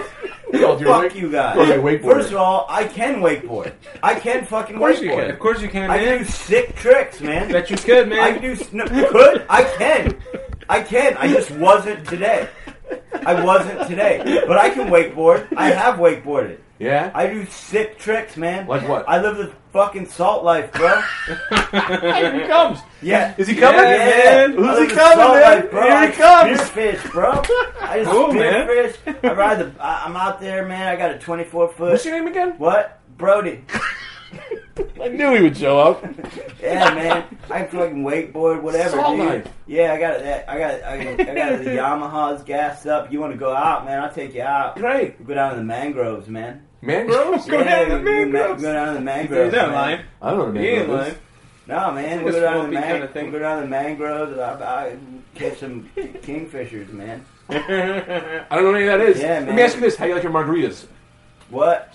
[SPEAKER 2] Called your
[SPEAKER 3] Fuck
[SPEAKER 2] wake-
[SPEAKER 3] you
[SPEAKER 2] called your
[SPEAKER 3] guys.
[SPEAKER 2] wakeboarder.
[SPEAKER 3] First of all, I can wakeboard. I can fucking
[SPEAKER 2] course you
[SPEAKER 3] wakeboard.
[SPEAKER 2] can.
[SPEAKER 1] Of course you can,
[SPEAKER 3] I can do
[SPEAKER 1] man.
[SPEAKER 3] sick tricks, man.
[SPEAKER 1] Bet you could,
[SPEAKER 3] I
[SPEAKER 1] man.
[SPEAKER 3] can do s- no, could I can, I can. I just wasn't today. I wasn't today, but I can wakeboard. I have wakeboarded.
[SPEAKER 2] Yeah.
[SPEAKER 3] I do sick tricks, man.
[SPEAKER 2] Like what?
[SPEAKER 3] I live the fucking salt life, bro.
[SPEAKER 2] Here he comes.
[SPEAKER 3] Yeah.
[SPEAKER 2] Is he coming?
[SPEAKER 1] Yeah, man.
[SPEAKER 2] Who's
[SPEAKER 3] I
[SPEAKER 2] he
[SPEAKER 3] live in
[SPEAKER 2] coming,
[SPEAKER 3] salt
[SPEAKER 2] man?
[SPEAKER 3] life, bro.
[SPEAKER 2] Here
[SPEAKER 3] I
[SPEAKER 2] he comes.
[SPEAKER 3] Spearfish, bro. I just
[SPEAKER 1] Cool, man.
[SPEAKER 3] spearfish. I ride the. I, I'm out there, man. I got a 24
[SPEAKER 2] What's
[SPEAKER 3] foot.
[SPEAKER 2] your name again?
[SPEAKER 3] What? Brody.
[SPEAKER 2] I knew he would show up.
[SPEAKER 3] Yeah, man. I can fucking wakeboard, whatever,
[SPEAKER 2] Salt
[SPEAKER 3] dude.
[SPEAKER 2] life.
[SPEAKER 3] Yeah, I got that. I got. I, I got the Yamaha's gassed up. You want to go out, man? I'll take you out.
[SPEAKER 2] Great.
[SPEAKER 3] Go down to the mangroves, man.
[SPEAKER 2] Mangroves?
[SPEAKER 1] Go down to the
[SPEAKER 3] we can ma-
[SPEAKER 1] mangroves.
[SPEAKER 3] Go down to the
[SPEAKER 1] There's
[SPEAKER 3] mangroves.
[SPEAKER 1] that
[SPEAKER 3] man.
[SPEAKER 1] line.
[SPEAKER 2] I don't know
[SPEAKER 1] He
[SPEAKER 2] the
[SPEAKER 1] ain't
[SPEAKER 2] mangroves.
[SPEAKER 1] lying.
[SPEAKER 3] No, man,
[SPEAKER 1] Like
[SPEAKER 3] we'll
[SPEAKER 1] a
[SPEAKER 3] go down to the
[SPEAKER 1] swampy
[SPEAKER 3] man-
[SPEAKER 1] kinda thing.
[SPEAKER 3] we'll go down to the mangroves. I, I catch some kingfishers, man.
[SPEAKER 2] I don't know any of that is.
[SPEAKER 3] Yeah,
[SPEAKER 2] Let
[SPEAKER 3] man.
[SPEAKER 2] me ask you this: How you like your margaritas?
[SPEAKER 3] What?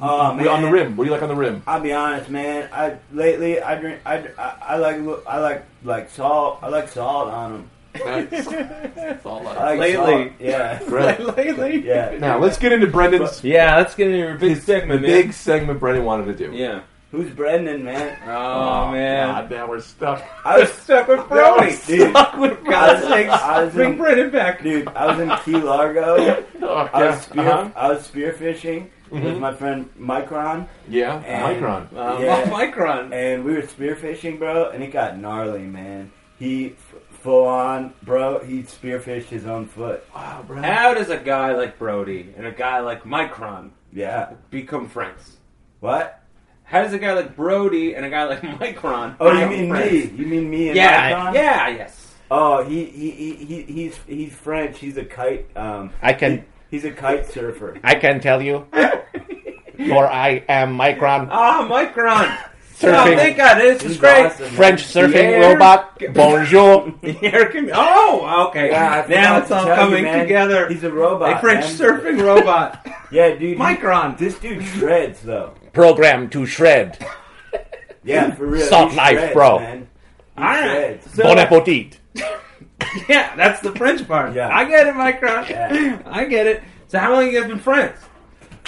[SPEAKER 3] Oh man,
[SPEAKER 2] On the rim. What do you like on the rim?
[SPEAKER 3] I'll be honest, man. I lately I drink. I, I, I like lo- I like like salt. I like salt on them.
[SPEAKER 2] Nice. It's all
[SPEAKER 3] I
[SPEAKER 2] like-
[SPEAKER 3] like
[SPEAKER 1] Lately.
[SPEAKER 3] salt. Yeah,
[SPEAKER 2] Great.
[SPEAKER 1] Lately?
[SPEAKER 3] yeah.
[SPEAKER 2] Now let's get into Brendan's
[SPEAKER 1] Yeah, let's get into your big
[SPEAKER 2] his-
[SPEAKER 1] segment,
[SPEAKER 2] the
[SPEAKER 1] man.
[SPEAKER 2] big segment Brendan wanted to do.
[SPEAKER 1] Yeah.
[SPEAKER 3] Who's Brendan, man?
[SPEAKER 1] Oh, man.
[SPEAKER 4] God, now we're stuck.
[SPEAKER 3] I was
[SPEAKER 1] stuck with
[SPEAKER 3] Brody. Dude.
[SPEAKER 1] Stuck with
[SPEAKER 3] God's sakes.
[SPEAKER 1] Bring Brendan back.
[SPEAKER 3] Dude, I was in Key Largo.
[SPEAKER 4] Oh,
[SPEAKER 3] I
[SPEAKER 4] yeah.
[SPEAKER 3] was spear
[SPEAKER 4] Uh-huh.
[SPEAKER 3] I was spear fishing with my friend Micron,
[SPEAKER 4] Yeah,
[SPEAKER 3] And-
[SPEAKER 4] Micron.
[SPEAKER 1] Um,
[SPEAKER 3] Yeah.
[SPEAKER 1] Micron.
[SPEAKER 3] and we were spear fishing, bro. And it got gnarly, man. He f- full on, bro. He spearfished his own foot.
[SPEAKER 2] Ah,
[SPEAKER 4] Wow, bro.
[SPEAKER 1] How does a guy like Brody and a guy like Micron
[SPEAKER 3] Yeah.
[SPEAKER 1] become friends?
[SPEAKER 3] What?
[SPEAKER 1] How does a guy like Brody and a guy like Micron?
[SPEAKER 3] Oh, you
[SPEAKER 1] become
[SPEAKER 3] mean
[SPEAKER 1] friends?
[SPEAKER 3] me? You mean me? And
[SPEAKER 1] Yeah,
[SPEAKER 3] Micron?
[SPEAKER 1] yeah, yes.
[SPEAKER 3] Oh, he, he, he, he he's he's French. He's a kite. Um,
[SPEAKER 2] I can-
[SPEAKER 3] he- he's a kite surfer.
[SPEAKER 2] I can tell you, for I am Micron
[SPEAKER 1] Ah, Micron. Oh,
[SPEAKER 2] Surfing.
[SPEAKER 1] thank God, this is
[SPEAKER 3] He's
[SPEAKER 1] great.
[SPEAKER 3] awesome, man.
[SPEAKER 2] French surfing
[SPEAKER 1] Yeah.
[SPEAKER 2] robot. Bonjour.
[SPEAKER 1] Here can oh, okay.
[SPEAKER 3] Yeah, I forgot
[SPEAKER 1] now it's
[SPEAKER 3] to
[SPEAKER 1] all
[SPEAKER 3] tell you,
[SPEAKER 1] coming
[SPEAKER 3] man.
[SPEAKER 1] together.
[SPEAKER 3] He's a robot.
[SPEAKER 1] a French
[SPEAKER 3] man.
[SPEAKER 1] surfing robot.
[SPEAKER 3] Yeah, dude. he-
[SPEAKER 1] Micron.
[SPEAKER 3] This dude shreds though.
[SPEAKER 2] Program to shred.
[SPEAKER 3] Yeah, for real.
[SPEAKER 2] Salt
[SPEAKER 3] he
[SPEAKER 2] life,
[SPEAKER 3] shreds,
[SPEAKER 2] bro.
[SPEAKER 3] Man. He
[SPEAKER 1] All right.
[SPEAKER 3] shreds.
[SPEAKER 1] So-
[SPEAKER 2] Bon appetit.
[SPEAKER 1] Yeah, that's the French part.
[SPEAKER 3] Yeah.
[SPEAKER 1] I get it, Micron.
[SPEAKER 3] Yeah.
[SPEAKER 1] I get it. So how long you guys been friends?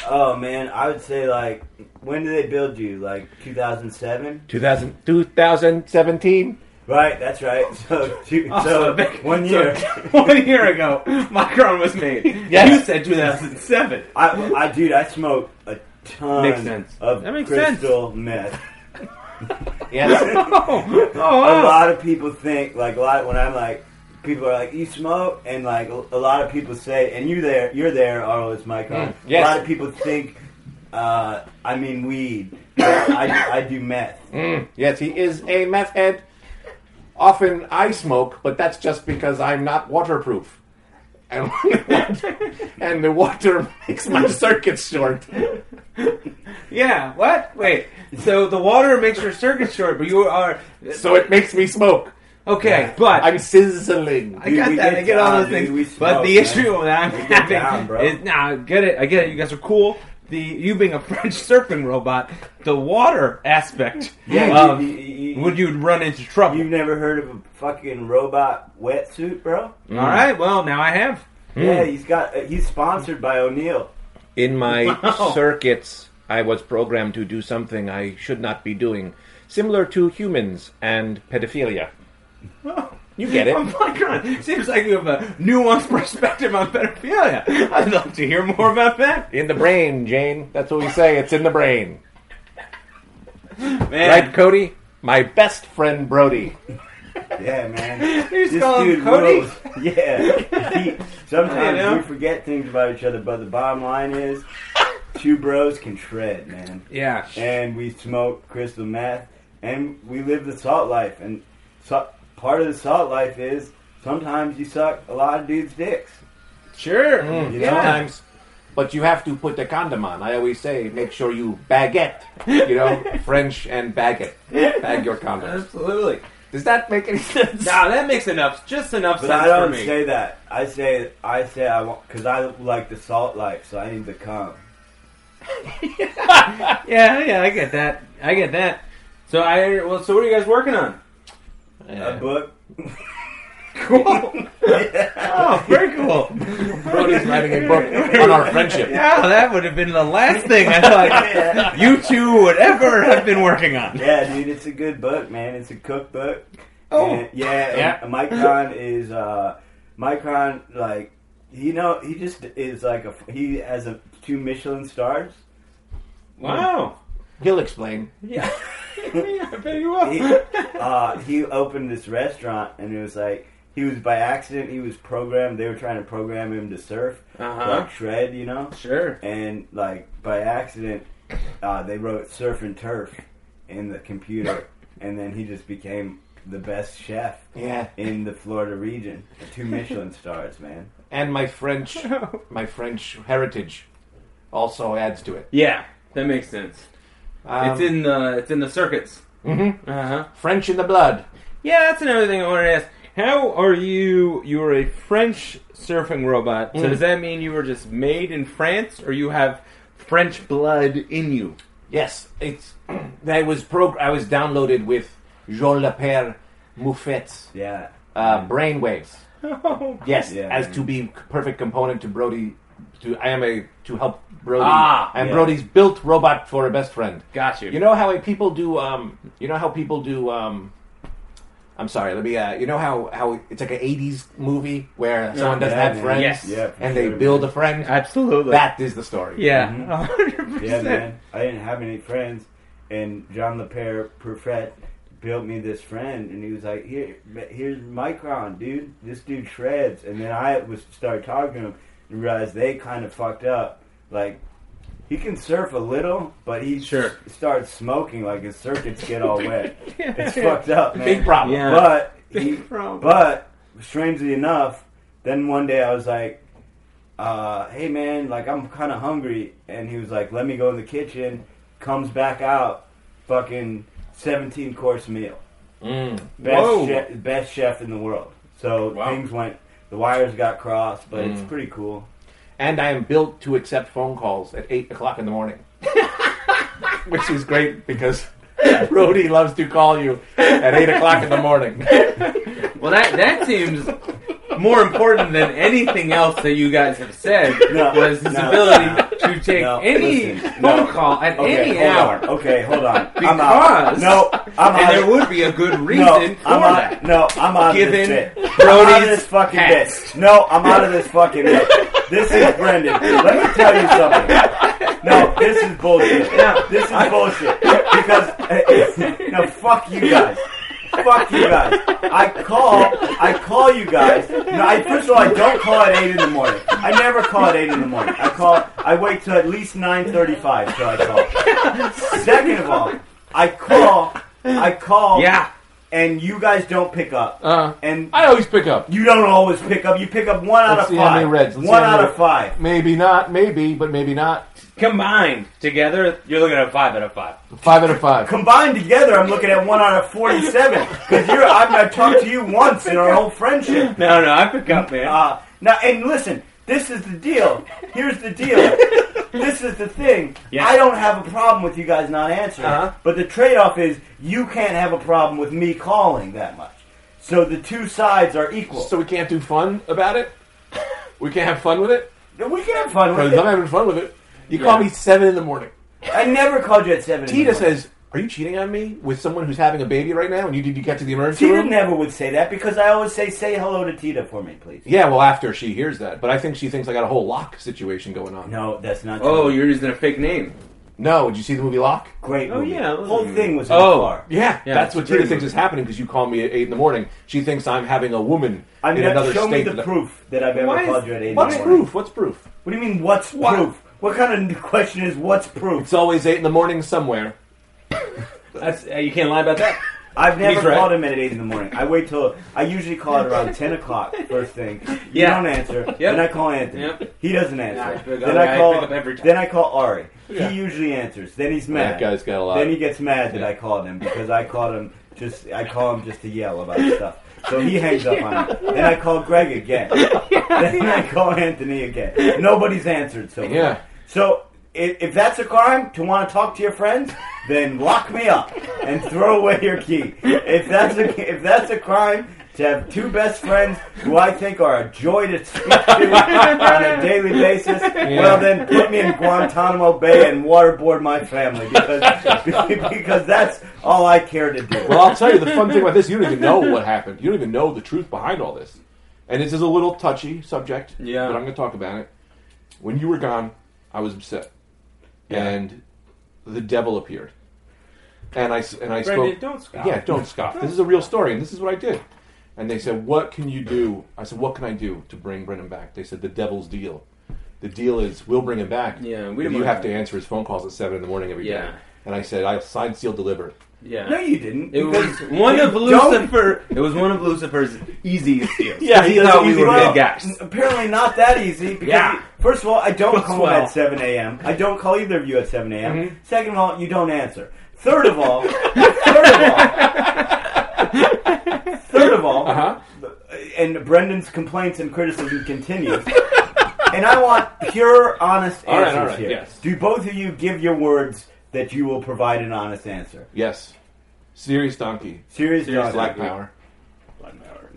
[SPEAKER 3] Oh man, I would say like when did they build you? Like 2007,
[SPEAKER 2] 2000, 2017.
[SPEAKER 3] right? That's right. So, two, so
[SPEAKER 1] Awesome.
[SPEAKER 3] one
[SPEAKER 1] Oh, So,
[SPEAKER 3] year.
[SPEAKER 1] one year ago, Micron was made.
[SPEAKER 2] Yes.
[SPEAKER 1] You said 2007.
[SPEAKER 3] I, I dude, I smoke a ton
[SPEAKER 1] Makes sense.
[SPEAKER 3] of
[SPEAKER 1] That makes sense.
[SPEAKER 3] crystal meth.
[SPEAKER 2] Yes.
[SPEAKER 1] Oh, oh,
[SPEAKER 3] a
[SPEAKER 1] wow.
[SPEAKER 3] lot of people think like a lot when I'm like people are like you smoke and like a a lot of people say and you there you're there Arlo it's my car.
[SPEAKER 2] yes.
[SPEAKER 3] A lot of people think uh, I mean weed. I, I do meth.
[SPEAKER 2] Mm, yes, he is a meth head. Often I smoke, but that's just because I'm not waterproof. And, and the water makes my circuits short.
[SPEAKER 1] Yeah. What? Wait. So the water makes your circuit short, but you are
[SPEAKER 2] So it makes me smoke.
[SPEAKER 1] okay. But
[SPEAKER 2] I'm sizzling.
[SPEAKER 1] I got
[SPEAKER 3] we
[SPEAKER 1] that.
[SPEAKER 3] get
[SPEAKER 1] I get all
[SPEAKER 3] down,
[SPEAKER 1] those
[SPEAKER 3] dude.
[SPEAKER 1] things.
[SPEAKER 3] We
[SPEAKER 1] but
[SPEAKER 3] smoke,
[SPEAKER 1] the
[SPEAKER 3] man.
[SPEAKER 1] issue that I'm
[SPEAKER 3] get
[SPEAKER 1] having
[SPEAKER 3] down, bro.
[SPEAKER 1] is nah. I get it. I get it. You guys are cool. The you being a French surfing robot, the water aspect.
[SPEAKER 3] Yeah,
[SPEAKER 1] of,
[SPEAKER 3] you- you- you-
[SPEAKER 1] would you run into trouble?
[SPEAKER 3] You've never heard of a fucking robot wetsuit, bro?
[SPEAKER 1] all right. Well, now I have.
[SPEAKER 3] Yeah, he's got. Uh, he's sponsored by O'Neill.
[SPEAKER 2] In my
[SPEAKER 1] Wow.
[SPEAKER 2] circuits, I was programmed to do something I should not be doing, similar to humans and pedophilia. You get it.
[SPEAKER 1] Oh my god! Seems like you have a nuanced perspective on pedophilia. I'd love to hear more about that,
[SPEAKER 2] In the brain, Jane. That's what we say. It's in the brain.
[SPEAKER 1] man.
[SPEAKER 2] Right, Cody? My best friend, Brody.
[SPEAKER 3] Yeah, man.
[SPEAKER 1] You just call him Cody?
[SPEAKER 3] rules. Yeah. He- sometimes
[SPEAKER 1] You know?
[SPEAKER 3] we forget things about each other, but the bottom line is, two bros can shred, man.
[SPEAKER 1] Yeah.
[SPEAKER 3] And we smoke crystal meth, and we live the salt life. And so, part of the salt life is sometimes you suck a lot of dudes' dicks.
[SPEAKER 1] Sure.
[SPEAKER 3] You know?
[SPEAKER 1] yeah.
[SPEAKER 2] Mm, Sometimes. But you have to put the condom on. I always say, make sure you baguette. You know, French and baguette. Bag your condom.
[SPEAKER 1] Absolutely.
[SPEAKER 2] Does that make any sense?
[SPEAKER 1] Nah, that makes enough. Just enough
[SPEAKER 3] But
[SPEAKER 1] sense
[SPEAKER 3] I don't
[SPEAKER 1] for me.
[SPEAKER 3] say that. I say I say I want because I like the salt life, so I need to come.
[SPEAKER 1] Yeah, yeah, I get that. I get that. So I well, so what are you guys working on?
[SPEAKER 3] A book.
[SPEAKER 1] Cool. oh, very cool.
[SPEAKER 2] Brody's writing a book on our friendship.
[SPEAKER 1] Yeah, that would have been the last thing I thought you two would ever have been working on.
[SPEAKER 3] Yeah, dude, it's a good book, man. It's a cookbook.
[SPEAKER 1] Oh.
[SPEAKER 3] And- yeah.
[SPEAKER 2] Yeah.
[SPEAKER 3] And Micron is uh, Micron like you know he just is like a he has a two Michelin stars.
[SPEAKER 1] Wow.
[SPEAKER 2] He'll explain.
[SPEAKER 1] Yeah. yeah, I bet you
[SPEAKER 3] He
[SPEAKER 1] will.
[SPEAKER 3] uh, he opened this restaurant and it was like he was by accident he was programmed they were trying to program him to surf
[SPEAKER 1] Uh-huh.
[SPEAKER 3] like shred you know
[SPEAKER 1] Sure.
[SPEAKER 3] and like by accident uh, they wrote surf and turf in the computer and then he just became the best chef
[SPEAKER 2] Yeah.
[SPEAKER 3] in the Florida region. Two Michelin stars, man.
[SPEAKER 2] And my French, my French heritage, also adds to it.
[SPEAKER 1] Yeah, that makes sense.
[SPEAKER 2] Um,
[SPEAKER 1] it's in the it's in the circuits.
[SPEAKER 2] mhm.
[SPEAKER 1] Uh huh.
[SPEAKER 2] French in the blood.
[SPEAKER 1] Yeah, that's another thing I wanted to ask. How are you? You are a French surfing robot. So
[SPEAKER 2] Mm.
[SPEAKER 1] does that mean you were just made in France, or you have French blood in you?
[SPEAKER 2] Yes, it's. I was prog- I was downloaded with Jean Lapierre Mouffet's
[SPEAKER 3] Yeah.
[SPEAKER 2] uh, brainwaves.
[SPEAKER 1] Oh,
[SPEAKER 2] Yes,
[SPEAKER 3] Yeah.
[SPEAKER 2] as to be perfect component to Brody to I am a to help Brody.
[SPEAKER 1] Ah,
[SPEAKER 2] I'm
[SPEAKER 3] yeah.
[SPEAKER 2] Brody's built robot for a best friend.
[SPEAKER 1] Got you.
[SPEAKER 2] You know how people do. Um, you know how people do. Um, I'm sorry. Let me. Uh, you know how how it's like an '80s movie where someone doesn't
[SPEAKER 3] yeah,
[SPEAKER 2] have
[SPEAKER 3] man.
[SPEAKER 2] friends,
[SPEAKER 1] Yes.
[SPEAKER 3] Yeah, for
[SPEAKER 2] and they
[SPEAKER 3] sure,
[SPEAKER 2] build
[SPEAKER 3] man.
[SPEAKER 2] a friend.
[SPEAKER 1] Absolutely.
[SPEAKER 2] that is the story.
[SPEAKER 1] Yeah. a hundred
[SPEAKER 3] Mm-hmm. Yeah,
[SPEAKER 1] percent.
[SPEAKER 3] man. I didn't have any friends, and John LePere Perfett built me this friend, and he was like, "Here, ma- here's Micron, dude. This dude shreds." And then I was started talking to him and realized they kind of fucked up. Like, he can surf a little, but he
[SPEAKER 1] Sure.
[SPEAKER 3] s- starts smoking. Like his circuits get all wet. It's fucked up, man.
[SPEAKER 2] Big problem.
[SPEAKER 1] Yeah.
[SPEAKER 3] But he,
[SPEAKER 1] Big problem.
[SPEAKER 3] but strangely enough, then one day I was like, uh, "Hey man, like I'm kind of hungry," and he was like, "Let me go in the kitchen." Comes back out, fucking seventeen course meal.
[SPEAKER 2] Mm.
[SPEAKER 1] Whoa.
[SPEAKER 3] Best chef, best chef in the world. So
[SPEAKER 2] Wow.
[SPEAKER 3] things went. The wires got crossed, but
[SPEAKER 1] Mm.
[SPEAKER 3] it's pretty cool.
[SPEAKER 2] And I am built to accept phone calls at eight o'clock in the morning, which is great because Brody loves to call you at eight o'clock in the morning.
[SPEAKER 1] Well, that that seems more important than anything else that you guys have said
[SPEAKER 3] No,
[SPEAKER 1] was his
[SPEAKER 3] no,
[SPEAKER 1] ability
[SPEAKER 3] no,
[SPEAKER 1] to take
[SPEAKER 3] no,
[SPEAKER 1] any
[SPEAKER 3] listen,
[SPEAKER 1] phone
[SPEAKER 3] no.
[SPEAKER 1] call at
[SPEAKER 3] Okay,
[SPEAKER 1] any
[SPEAKER 3] hold
[SPEAKER 1] hour.
[SPEAKER 3] on. Okay, hold on. I'm out.
[SPEAKER 1] Because-
[SPEAKER 3] No, I'm
[SPEAKER 1] And
[SPEAKER 3] out.
[SPEAKER 1] there would be a good reason
[SPEAKER 3] no,
[SPEAKER 1] for
[SPEAKER 3] I'm
[SPEAKER 1] that.
[SPEAKER 3] out, no, I'm out of
[SPEAKER 1] Given
[SPEAKER 3] this bit. I'm out of
[SPEAKER 1] Brody's
[SPEAKER 3] this fucking
[SPEAKER 1] past.
[SPEAKER 3] bit. No, I'm out of this fucking bit. This is Brendan. Let me tell you something. No, this is bullshit. No, this is bullshit. Because uh, it's, no, fuck you guys. Fuck you guys. I call, I call you guys. No, I, first of all, I don't call at eight in the morning. I never call at eight in the morning. I call. I wait till at least nine thirty-five till I call. Second of all, I call. I call
[SPEAKER 1] Yeah.
[SPEAKER 3] and you guys don't pick up.
[SPEAKER 2] Uh,
[SPEAKER 3] and
[SPEAKER 2] I always pick up.
[SPEAKER 3] you don't always pick up. You pick up one out
[SPEAKER 2] Let's
[SPEAKER 3] of
[SPEAKER 2] see how many
[SPEAKER 3] five.
[SPEAKER 2] reds. Let's see
[SPEAKER 3] One
[SPEAKER 2] how many
[SPEAKER 3] out of
[SPEAKER 2] reds.
[SPEAKER 3] five.
[SPEAKER 2] Maybe not. Maybe, but maybe not.
[SPEAKER 1] Combined together, you're looking at a five out of five.
[SPEAKER 2] Five out of five.
[SPEAKER 3] Combined together, I'm looking at one out of forty-seven. Because you're, I've, I've talked to you once in our whole friendship.
[SPEAKER 1] No, no, I pick up, man.
[SPEAKER 3] Uh, now, and listen, this is the deal. Here's the deal. this is the thing.
[SPEAKER 1] Yeah.
[SPEAKER 3] I don't have a problem with you guys not answering,
[SPEAKER 1] Uh-huh.
[SPEAKER 3] but the trade-off is you can't have a problem with me calling that much. So the two sides are equal.
[SPEAKER 2] So we can't do fun about it. We can't have fun with it.
[SPEAKER 3] we can have fun with
[SPEAKER 2] Because I'm
[SPEAKER 3] it.
[SPEAKER 2] having fun with it. You call me seven in the morning.
[SPEAKER 3] I never called you at seven. in the
[SPEAKER 2] Tita
[SPEAKER 3] morning.
[SPEAKER 2] says, "Are you cheating on me with someone who's having a baby right now?" And you did you get to the emergency
[SPEAKER 3] Tita
[SPEAKER 2] room?
[SPEAKER 3] never would say that because I always say, "Say hello to Tita for me, please."
[SPEAKER 2] Yeah, well, after she hears that, but I think she thinks I got a whole lock situation going on.
[SPEAKER 3] No, that's not.
[SPEAKER 1] oh,
[SPEAKER 3] true.
[SPEAKER 1] you're using a fake name.
[SPEAKER 2] No, did you see the movie Lock?
[SPEAKER 3] great.
[SPEAKER 1] Oh,
[SPEAKER 3] movie.
[SPEAKER 1] yeah, it was-
[SPEAKER 3] whole thing was
[SPEAKER 1] Oh.
[SPEAKER 3] in the car.
[SPEAKER 2] Yeah,
[SPEAKER 1] Yeah,
[SPEAKER 2] that's what
[SPEAKER 1] it's a great
[SPEAKER 2] Tita thinks
[SPEAKER 1] movie.
[SPEAKER 2] is happening because you call me at eight in the morning. She thinks I'm having a woman
[SPEAKER 3] I mean,
[SPEAKER 2] in another
[SPEAKER 3] show me
[SPEAKER 2] state.
[SPEAKER 3] the
[SPEAKER 2] that-
[SPEAKER 3] proof that I've ever
[SPEAKER 1] Why is-
[SPEAKER 3] called you at eight. in the
[SPEAKER 2] What's
[SPEAKER 3] morning.
[SPEAKER 2] proof? What's proof?
[SPEAKER 3] What do you mean? What's
[SPEAKER 1] What?
[SPEAKER 3] proof? What kind of question is what's proof?
[SPEAKER 2] It's always eight in the morning somewhere.
[SPEAKER 1] That's uh, you can't lie about that.
[SPEAKER 3] I've never
[SPEAKER 1] He's right.
[SPEAKER 3] called him at eight in the morning. I wait till I usually call it around ten o'clock first thing. You
[SPEAKER 1] Yeah.
[SPEAKER 3] don't answer.
[SPEAKER 1] Yep.
[SPEAKER 3] Then I call Anthony.
[SPEAKER 1] Yep.
[SPEAKER 3] He doesn't answer.
[SPEAKER 1] I pick up-
[SPEAKER 3] then I
[SPEAKER 1] I
[SPEAKER 3] call.
[SPEAKER 1] pick up every time.
[SPEAKER 3] Then I call Ari.
[SPEAKER 2] Yeah.
[SPEAKER 3] He usually answers. Then he's mad.
[SPEAKER 2] That guy's got a lot.
[SPEAKER 3] Then he gets mad that I called him because I called him just I call him just to yell about stuff. So he hangs up on me. Then I call Greg again. Then I call Anthony again. Nobody's answered so far.
[SPEAKER 2] Yeah.
[SPEAKER 3] So if, if that's a crime to want to talk to your friends, then lock me up and throw away your key. If that's a if that's a crime to have two best friends who I think are a joy to speak to on a daily basis, well then put me in Guantanamo Bay and waterboard my family because because that's all I care to do.
[SPEAKER 2] Well, I'll tell you the fun thing about this: you don't even know what happened. You don't even know the truth behind all this. And this is a little touchy subject.
[SPEAKER 1] Yeah.
[SPEAKER 2] But I'm going to talk about it. When you were gone, I was upset, and the devil appeared, and I s- and I
[SPEAKER 1] Brendan,
[SPEAKER 2] spoke.
[SPEAKER 1] don't scoff.
[SPEAKER 2] Yeah, don't scoff. This is a real story, and this is what I did. And they said, "What can you do?" I said, "What can I do to bring Brendan back?" They said, "The devil's deal. The deal is we'll bring him back.
[SPEAKER 1] Yeah, we
[SPEAKER 2] if
[SPEAKER 1] don't
[SPEAKER 2] you
[SPEAKER 1] mind
[SPEAKER 2] have
[SPEAKER 1] that.
[SPEAKER 2] to answer his phone calls at seven in the morning every day."
[SPEAKER 1] Yeah.
[SPEAKER 2] And I said, "I signed, sealed, delivered."
[SPEAKER 1] Yeah.
[SPEAKER 3] No, you didn't.
[SPEAKER 1] It was
[SPEAKER 3] because
[SPEAKER 1] one
[SPEAKER 3] you
[SPEAKER 1] of
[SPEAKER 3] don't-
[SPEAKER 1] Lucifer. It was one of Lucifer's easiest deals.
[SPEAKER 2] Yeah,
[SPEAKER 1] he
[SPEAKER 2] he does
[SPEAKER 1] thought we
[SPEAKER 2] easy
[SPEAKER 1] were
[SPEAKER 3] Well,
[SPEAKER 1] big guys.
[SPEAKER 3] n- Apparently not that easy. Because
[SPEAKER 1] Yeah.
[SPEAKER 3] you- first of all, I don't
[SPEAKER 1] Well,
[SPEAKER 3] call
[SPEAKER 1] well. Mm-hmm.
[SPEAKER 3] at 7 a.m. I don't call either of you at 7 a.m. Second of all, you don't answer. Third of all, third of all, third of all,
[SPEAKER 2] Uh-huh.
[SPEAKER 3] and Brendan's complaints and criticism continues. and I want pure, honest
[SPEAKER 2] All right,
[SPEAKER 3] answers
[SPEAKER 2] all right,
[SPEAKER 3] here.
[SPEAKER 2] yes.
[SPEAKER 3] Do both of you give your words that you will provide an honest answer?
[SPEAKER 2] Yes. Serious donkey.
[SPEAKER 3] Serious,
[SPEAKER 1] Serious
[SPEAKER 3] John.
[SPEAKER 2] Black power.
[SPEAKER 3] Yeah,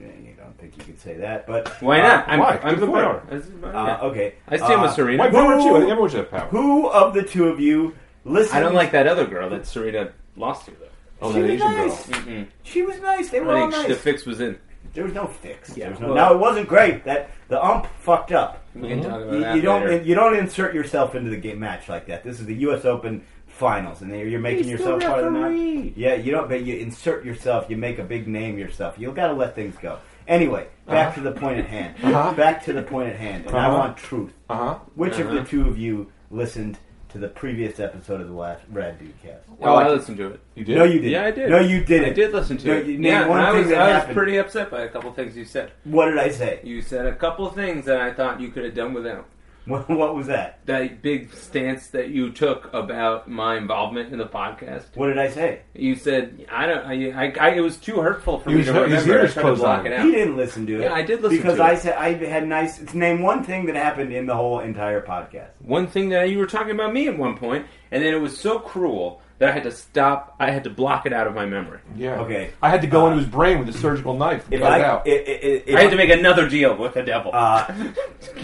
[SPEAKER 3] you don't think you could say that, but
[SPEAKER 1] Why
[SPEAKER 3] uh,
[SPEAKER 1] not? I'm,
[SPEAKER 2] why?
[SPEAKER 1] I'm
[SPEAKER 2] Give the
[SPEAKER 1] for
[SPEAKER 2] floor.
[SPEAKER 1] it. This is my-
[SPEAKER 3] Uh,
[SPEAKER 1] yeah.
[SPEAKER 3] okay,
[SPEAKER 1] I stand with
[SPEAKER 3] Uh,
[SPEAKER 1] Serena.
[SPEAKER 2] Why power
[SPEAKER 3] Who-
[SPEAKER 2] should I think everyone should have power.
[SPEAKER 3] Who of the two of you listen?
[SPEAKER 1] I don't like that other girl that Serena lost to, though.
[SPEAKER 2] Oh,
[SPEAKER 3] She
[SPEAKER 2] that
[SPEAKER 3] was
[SPEAKER 2] Asian
[SPEAKER 3] nice.
[SPEAKER 1] Mm.
[SPEAKER 2] girl.
[SPEAKER 3] She was nice. They were
[SPEAKER 1] I
[SPEAKER 3] all
[SPEAKER 1] think
[SPEAKER 3] nice.
[SPEAKER 1] the fix was in.
[SPEAKER 3] there was no fix.
[SPEAKER 1] Yeah,
[SPEAKER 3] There was no,
[SPEAKER 1] well-
[SPEAKER 3] now it wasn't great. That the ump fucked up.
[SPEAKER 1] We can talk about
[SPEAKER 3] You,
[SPEAKER 1] that
[SPEAKER 3] you don't.
[SPEAKER 1] later.
[SPEAKER 3] You don't insert yourself into the game match like that. This is the U.S. Open finals, and you're making
[SPEAKER 1] He's the
[SPEAKER 3] yourself part of the match.
[SPEAKER 1] referee.
[SPEAKER 3] Yeah, you don't. But you insert yourself. You make a big name yourself. You've got to let things go. Anyway, back to the point at hand.
[SPEAKER 2] Uh-huh.
[SPEAKER 3] Back to the point at hand. And I
[SPEAKER 2] Uh-huh.
[SPEAKER 3] want truth.
[SPEAKER 2] Uh huh.
[SPEAKER 3] Which of
[SPEAKER 1] Uh-huh.
[SPEAKER 3] the two of you listened to the previous episode of the last Rad Dude cast?
[SPEAKER 1] oh,
[SPEAKER 2] like
[SPEAKER 1] I
[SPEAKER 2] it.
[SPEAKER 1] listened to it.
[SPEAKER 2] You did?
[SPEAKER 3] No, you didn't.
[SPEAKER 1] Yeah, I did.
[SPEAKER 3] No, you didn't.
[SPEAKER 1] I did listen to
[SPEAKER 3] No,
[SPEAKER 1] it.
[SPEAKER 3] you named
[SPEAKER 1] yeah,
[SPEAKER 3] one
[SPEAKER 1] and I
[SPEAKER 3] thing
[SPEAKER 1] was,
[SPEAKER 3] that
[SPEAKER 1] I was
[SPEAKER 3] happened.
[SPEAKER 1] pretty upset by a couple things you said.
[SPEAKER 3] What did I say?
[SPEAKER 1] You said a couple things that I thought you could have done without.
[SPEAKER 3] What, what was that?
[SPEAKER 1] That big stance that you took about my involvement in the podcast.
[SPEAKER 3] What did I say?
[SPEAKER 1] You said I don't. I, I, I it was too hurtful for
[SPEAKER 2] He
[SPEAKER 1] me
[SPEAKER 2] was-
[SPEAKER 1] to
[SPEAKER 2] his
[SPEAKER 1] remember.
[SPEAKER 2] ears
[SPEAKER 1] I tried to
[SPEAKER 2] closed
[SPEAKER 1] block
[SPEAKER 2] on
[SPEAKER 1] it
[SPEAKER 2] it.
[SPEAKER 1] out.
[SPEAKER 3] He didn't listen to it.
[SPEAKER 1] Yeah, I did listen
[SPEAKER 3] because
[SPEAKER 1] to
[SPEAKER 3] I
[SPEAKER 1] it.
[SPEAKER 3] said I had nice. It's name one thing that happened in the whole entire podcast.
[SPEAKER 1] One thing that you were talking about me at one point, and then it was so cruel that I had to stop. I had to block it out of my memory.
[SPEAKER 2] Yeah.
[SPEAKER 3] Okay.
[SPEAKER 2] I had to go into his brain with a surgical knife. and
[SPEAKER 3] If
[SPEAKER 2] cut it
[SPEAKER 3] I,
[SPEAKER 2] out.
[SPEAKER 3] i- i- i- if
[SPEAKER 1] I had to make another deal with the devil.
[SPEAKER 3] uh,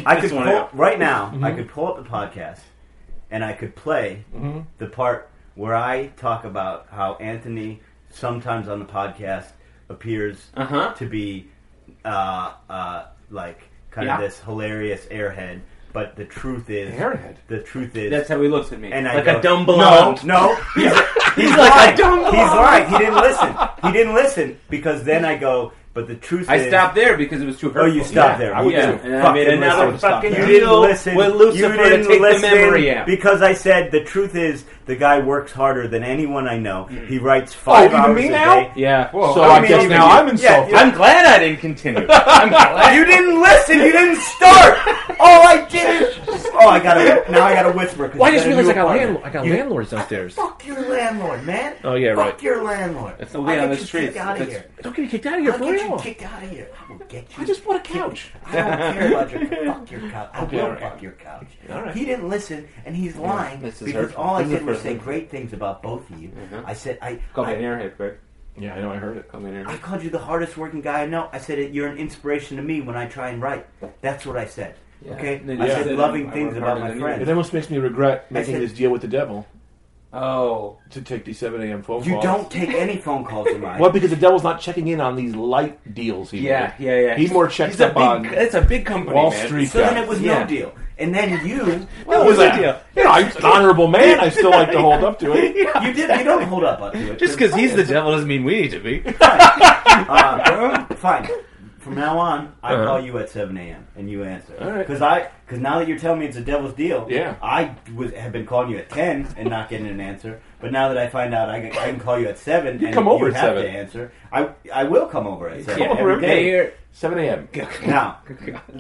[SPEAKER 3] I could
[SPEAKER 1] This one
[SPEAKER 3] pull,
[SPEAKER 1] out. Mm-hmm.
[SPEAKER 3] right now. I could pull up the podcast, and I could play
[SPEAKER 1] Mm-hmm.
[SPEAKER 3] the part where I talk about how Anthony sometimes on the podcast appears
[SPEAKER 1] Uh-huh.
[SPEAKER 3] to be uh, uh, like kind
[SPEAKER 1] Yeah.
[SPEAKER 3] of this hilarious airhead, but the truth is
[SPEAKER 2] Airhead?
[SPEAKER 3] The truth is
[SPEAKER 1] That's how he looks at me,
[SPEAKER 3] and I
[SPEAKER 1] like
[SPEAKER 3] go,
[SPEAKER 1] a dumb blonde.
[SPEAKER 3] No, no, he's, he's
[SPEAKER 1] like a
[SPEAKER 3] lying.
[SPEAKER 1] dumb
[SPEAKER 3] He's
[SPEAKER 1] blonde.
[SPEAKER 3] lying. He didn't listen. He didn't listen because then I go. But the truth
[SPEAKER 1] I
[SPEAKER 3] is,
[SPEAKER 1] stopped there because it was too
[SPEAKER 3] Oh,
[SPEAKER 1] hurtful.
[SPEAKER 3] you stopped
[SPEAKER 2] Yeah,
[SPEAKER 3] there.
[SPEAKER 2] I would
[SPEAKER 1] Yeah,
[SPEAKER 2] too.
[SPEAKER 1] and I made
[SPEAKER 3] Fucking
[SPEAKER 1] another
[SPEAKER 3] listen.
[SPEAKER 1] fucking
[SPEAKER 3] You
[SPEAKER 1] deal
[SPEAKER 3] didn't listen.
[SPEAKER 1] with
[SPEAKER 3] you
[SPEAKER 1] Lucifer to
[SPEAKER 3] didn't
[SPEAKER 1] take the
[SPEAKER 3] listen
[SPEAKER 1] memory out.
[SPEAKER 3] because I said the truth is the guy works harder than anyone I know.
[SPEAKER 1] Mm.
[SPEAKER 3] He writes
[SPEAKER 2] Oh,
[SPEAKER 3] five
[SPEAKER 2] even
[SPEAKER 3] hours
[SPEAKER 2] me
[SPEAKER 3] a
[SPEAKER 2] now?
[SPEAKER 3] day.
[SPEAKER 1] Yeah.
[SPEAKER 2] Well,
[SPEAKER 1] so
[SPEAKER 2] I
[SPEAKER 1] I
[SPEAKER 3] mean,
[SPEAKER 2] guess
[SPEAKER 3] even
[SPEAKER 2] now
[SPEAKER 3] you-
[SPEAKER 2] I'm
[SPEAKER 3] yeah,
[SPEAKER 2] insulted.
[SPEAKER 3] you-
[SPEAKER 1] I'm glad I didn't continue. I'm glad.
[SPEAKER 3] You didn't listen. You didn't start. Oh, I did. Oh, I gotta now. I gotta whisper. 'cause
[SPEAKER 2] Well, I
[SPEAKER 3] you
[SPEAKER 2] just
[SPEAKER 3] got a
[SPEAKER 2] realized
[SPEAKER 3] new
[SPEAKER 2] I got,
[SPEAKER 3] apartment.
[SPEAKER 2] landlord, I got
[SPEAKER 3] You-
[SPEAKER 2] landlords downstairs.
[SPEAKER 3] Fuck your landlord, man.
[SPEAKER 2] Oh, yeah,
[SPEAKER 3] Fuck
[SPEAKER 2] right.
[SPEAKER 3] your landlord.
[SPEAKER 1] the way
[SPEAKER 3] I'll
[SPEAKER 1] on
[SPEAKER 3] get
[SPEAKER 1] the
[SPEAKER 3] you
[SPEAKER 1] streets.
[SPEAKER 3] kicked out of
[SPEAKER 1] That's-
[SPEAKER 3] here.
[SPEAKER 2] Don't get me kicked out of here,
[SPEAKER 3] I'll
[SPEAKER 2] for
[SPEAKER 3] get you
[SPEAKER 2] real.
[SPEAKER 3] kicked out of here. I will get you.
[SPEAKER 2] I just bought a couch.
[SPEAKER 3] I don't care about your fuck your couch. I
[SPEAKER 2] Okay,
[SPEAKER 3] will
[SPEAKER 2] all right.
[SPEAKER 3] fuck your couch.
[SPEAKER 2] All right.
[SPEAKER 3] He didn't listen, and he's lying
[SPEAKER 1] this is
[SPEAKER 3] because
[SPEAKER 1] hurtful.
[SPEAKER 3] all I
[SPEAKER 1] This is
[SPEAKER 3] did was say
[SPEAKER 1] hurtful. Mm-hmm.
[SPEAKER 3] great things about both of you. I said I.
[SPEAKER 1] Call me
[SPEAKER 3] I,
[SPEAKER 1] an airhead, Greg.
[SPEAKER 2] Yeah, I know, I heard it.
[SPEAKER 1] Call me an
[SPEAKER 3] I
[SPEAKER 1] airhead.
[SPEAKER 3] called you the hardest working guy I know. I said you're an inspiration to me when I try and write. That's what I said.
[SPEAKER 1] Yeah.
[SPEAKER 3] Okay,
[SPEAKER 1] And then
[SPEAKER 3] I
[SPEAKER 2] you
[SPEAKER 3] said
[SPEAKER 1] said,
[SPEAKER 3] loving
[SPEAKER 1] "I
[SPEAKER 3] things
[SPEAKER 1] work
[SPEAKER 3] about
[SPEAKER 1] harder
[SPEAKER 3] my
[SPEAKER 1] than you."
[SPEAKER 2] It
[SPEAKER 3] friends.
[SPEAKER 2] almost makes me regret making
[SPEAKER 3] said-
[SPEAKER 2] this deal with the devil
[SPEAKER 1] Oh,
[SPEAKER 2] to take these 7 a.m. phone
[SPEAKER 3] You
[SPEAKER 2] calls.
[SPEAKER 3] don't take any phone calls of mine.
[SPEAKER 2] Well, because the devil's not checking in on these light deals. He
[SPEAKER 1] yeah,
[SPEAKER 2] did.
[SPEAKER 1] yeah, yeah.
[SPEAKER 2] He more checks
[SPEAKER 1] He's a
[SPEAKER 2] up on-
[SPEAKER 1] big, It's a big company.
[SPEAKER 2] Wall
[SPEAKER 1] man.
[SPEAKER 2] Street
[SPEAKER 3] So then it was no
[SPEAKER 1] Yeah.
[SPEAKER 3] deal. And then you,
[SPEAKER 1] No, it was a deal.
[SPEAKER 2] Yeah, I'm an honorable man. I still like to hold up to it.
[SPEAKER 3] you did. You don't hold up to it.
[SPEAKER 1] Just because he's the devil doesn't mean we need to be.
[SPEAKER 3] Uh, fine. From now on, I call you at 7 a.m. and you answer.
[SPEAKER 2] All right.
[SPEAKER 3] Because I, because now that you're telling me it's a devil's deal,
[SPEAKER 2] Yeah.
[SPEAKER 3] I was, have been calling you at 10 and not getting an answer. But now that I find out I, can- I can call you at 7 and
[SPEAKER 2] come over
[SPEAKER 3] you
[SPEAKER 2] at
[SPEAKER 3] have
[SPEAKER 2] 7.
[SPEAKER 3] to answer, I, I will come over at 7
[SPEAKER 1] Yeah,
[SPEAKER 2] over
[SPEAKER 3] every
[SPEAKER 2] at
[SPEAKER 3] day.
[SPEAKER 2] 7 a.m.
[SPEAKER 3] Now,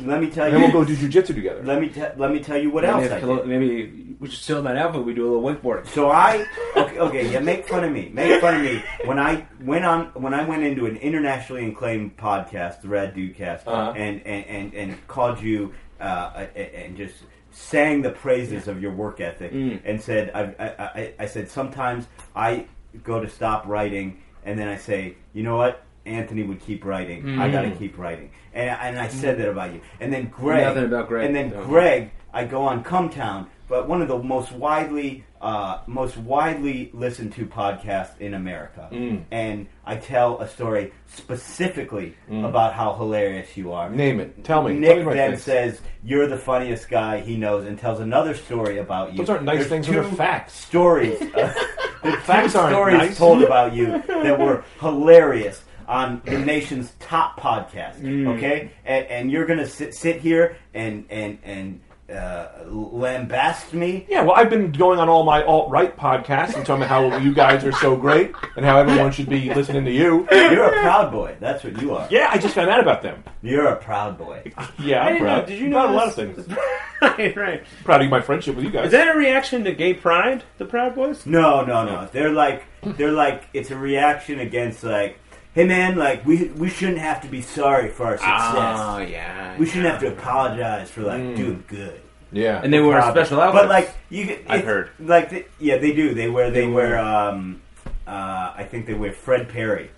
[SPEAKER 3] let me tell
[SPEAKER 2] And then we'll
[SPEAKER 3] you,
[SPEAKER 2] go do jujitsu together.
[SPEAKER 3] let me, te- let me tell you what else I
[SPEAKER 1] Maybe,
[SPEAKER 3] did.
[SPEAKER 1] maybe we should sell that outfit. We do a little wakeboard.
[SPEAKER 3] So I okay, okay, yeah, make fun of me. Make fun of me. When I went on when I went into an internationally acclaimed podcast, the Rad Dudecast,
[SPEAKER 2] Uh-huh.
[SPEAKER 3] and, and, and, and called you uh, a- a- and just sang the praises of your work ethic
[SPEAKER 1] Mm.
[SPEAKER 3] and said I, I, I, I said sometimes I go to stop writing and then I say, you know what? Anthony would keep writing. I gotta
[SPEAKER 1] Mm.
[SPEAKER 3] keep writing. And, and I said that about you. And then Greg
[SPEAKER 1] Nothing about Greg.
[SPEAKER 3] and then
[SPEAKER 1] Don't.
[SPEAKER 3] Greg, I go on Cumtown, but one of the most widely uh, most widely listened to podcasts in America,
[SPEAKER 2] Mm.
[SPEAKER 3] and I tell a story specifically
[SPEAKER 2] Mm.
[SPEAKER 3] about how hilarious you are.
[SPEAKER 2] Name it. Tell me. Tell me
[SPEAKER 3] Nick
[SPEAKER 2] my
[SPEAKER 3] then
[SPEAKER 2] face.
[SPEAKER 3] says you're the funniest guy he knows, and tells another story about you.
[SPEAKER 2] Those aren't nice
[SPEAKER 3] There's
[SPEAKER 2] things.
[SPEAKER 3] two
[SPEAKER 2] Those are facts.
[SPEAKER 3] stories. uh, the
[SPEAKER 2] Facts
[SPEAKER 3] two
[SPEAKER 2] aren't
[SPEAKER 3] stories
[SPEAKER 2] nice.
[SPEAKER 3] told about you that were hilarious on the nation's top podcast.
[SPEAKER 2] Mm.
[SPEAKER 3] Okay, and, and you're gonna sit, sit here and and and uh, lambaste me.
[SPEAKER 2] Yeah, well, I've been going on all my alt right podcasts and telling me how you guys are so great and how everyone should be listening to you.
[SPEAKER 3] You're a proud boy. That's what you are.
[SPEAKER 2] Yeah, I just found out about them.
[SPEAKER 3] You're a proud boy.
[SPEAKER 2] Yeah,
[SPEAKER 1] I
[SPEAKER 2] I'm
[SPEAKER 1] didn't
[SPEAKER 2] proud.
[SPEAKER 1] know. Did you know
[SPEAKER 2] proud of a lot of
[SPEAKER 1] this?
[SPEAKER 2] things?
[SPEAKER 1] right, right.
[SPEAKER 2] proud of my friendship with you guys.
[SPEAKER 1] Is that a reaction to gay pride? The Proud Boys?
[SPEAKER 3] No, no, no. They're like they're like it's a reaction against like, hey man, like we we shouldn't have to be sorry for our success.
[SPEAKER 2] Ah,
[SPEAKER 1] yeah.
[SPEAKER 3] we shouldn't have to apologize for like
[SPEAKER 2] Mm.
[SPEAKER 3] doing good.
[SPEAKER 2] yeah,
[SPEAKER 1] And they wear
[SPEAKER 3] Probably.
[SPEAKER 1] special outfits.
[SPEAKER 3] Uh, But like you, get-
[SPEAKER 1] I've
[SPEAKER 3] it-
[SPEAKER 1] heard.
[SPEAKER 3] Like the, yeah, they do. They wear. They,
[SPEAKER 1] They
[SPEAKER 3] wear.
[SPEAKER 1] wear-
[SPEAKER 3] Um, uh, I think they wear Fred Perry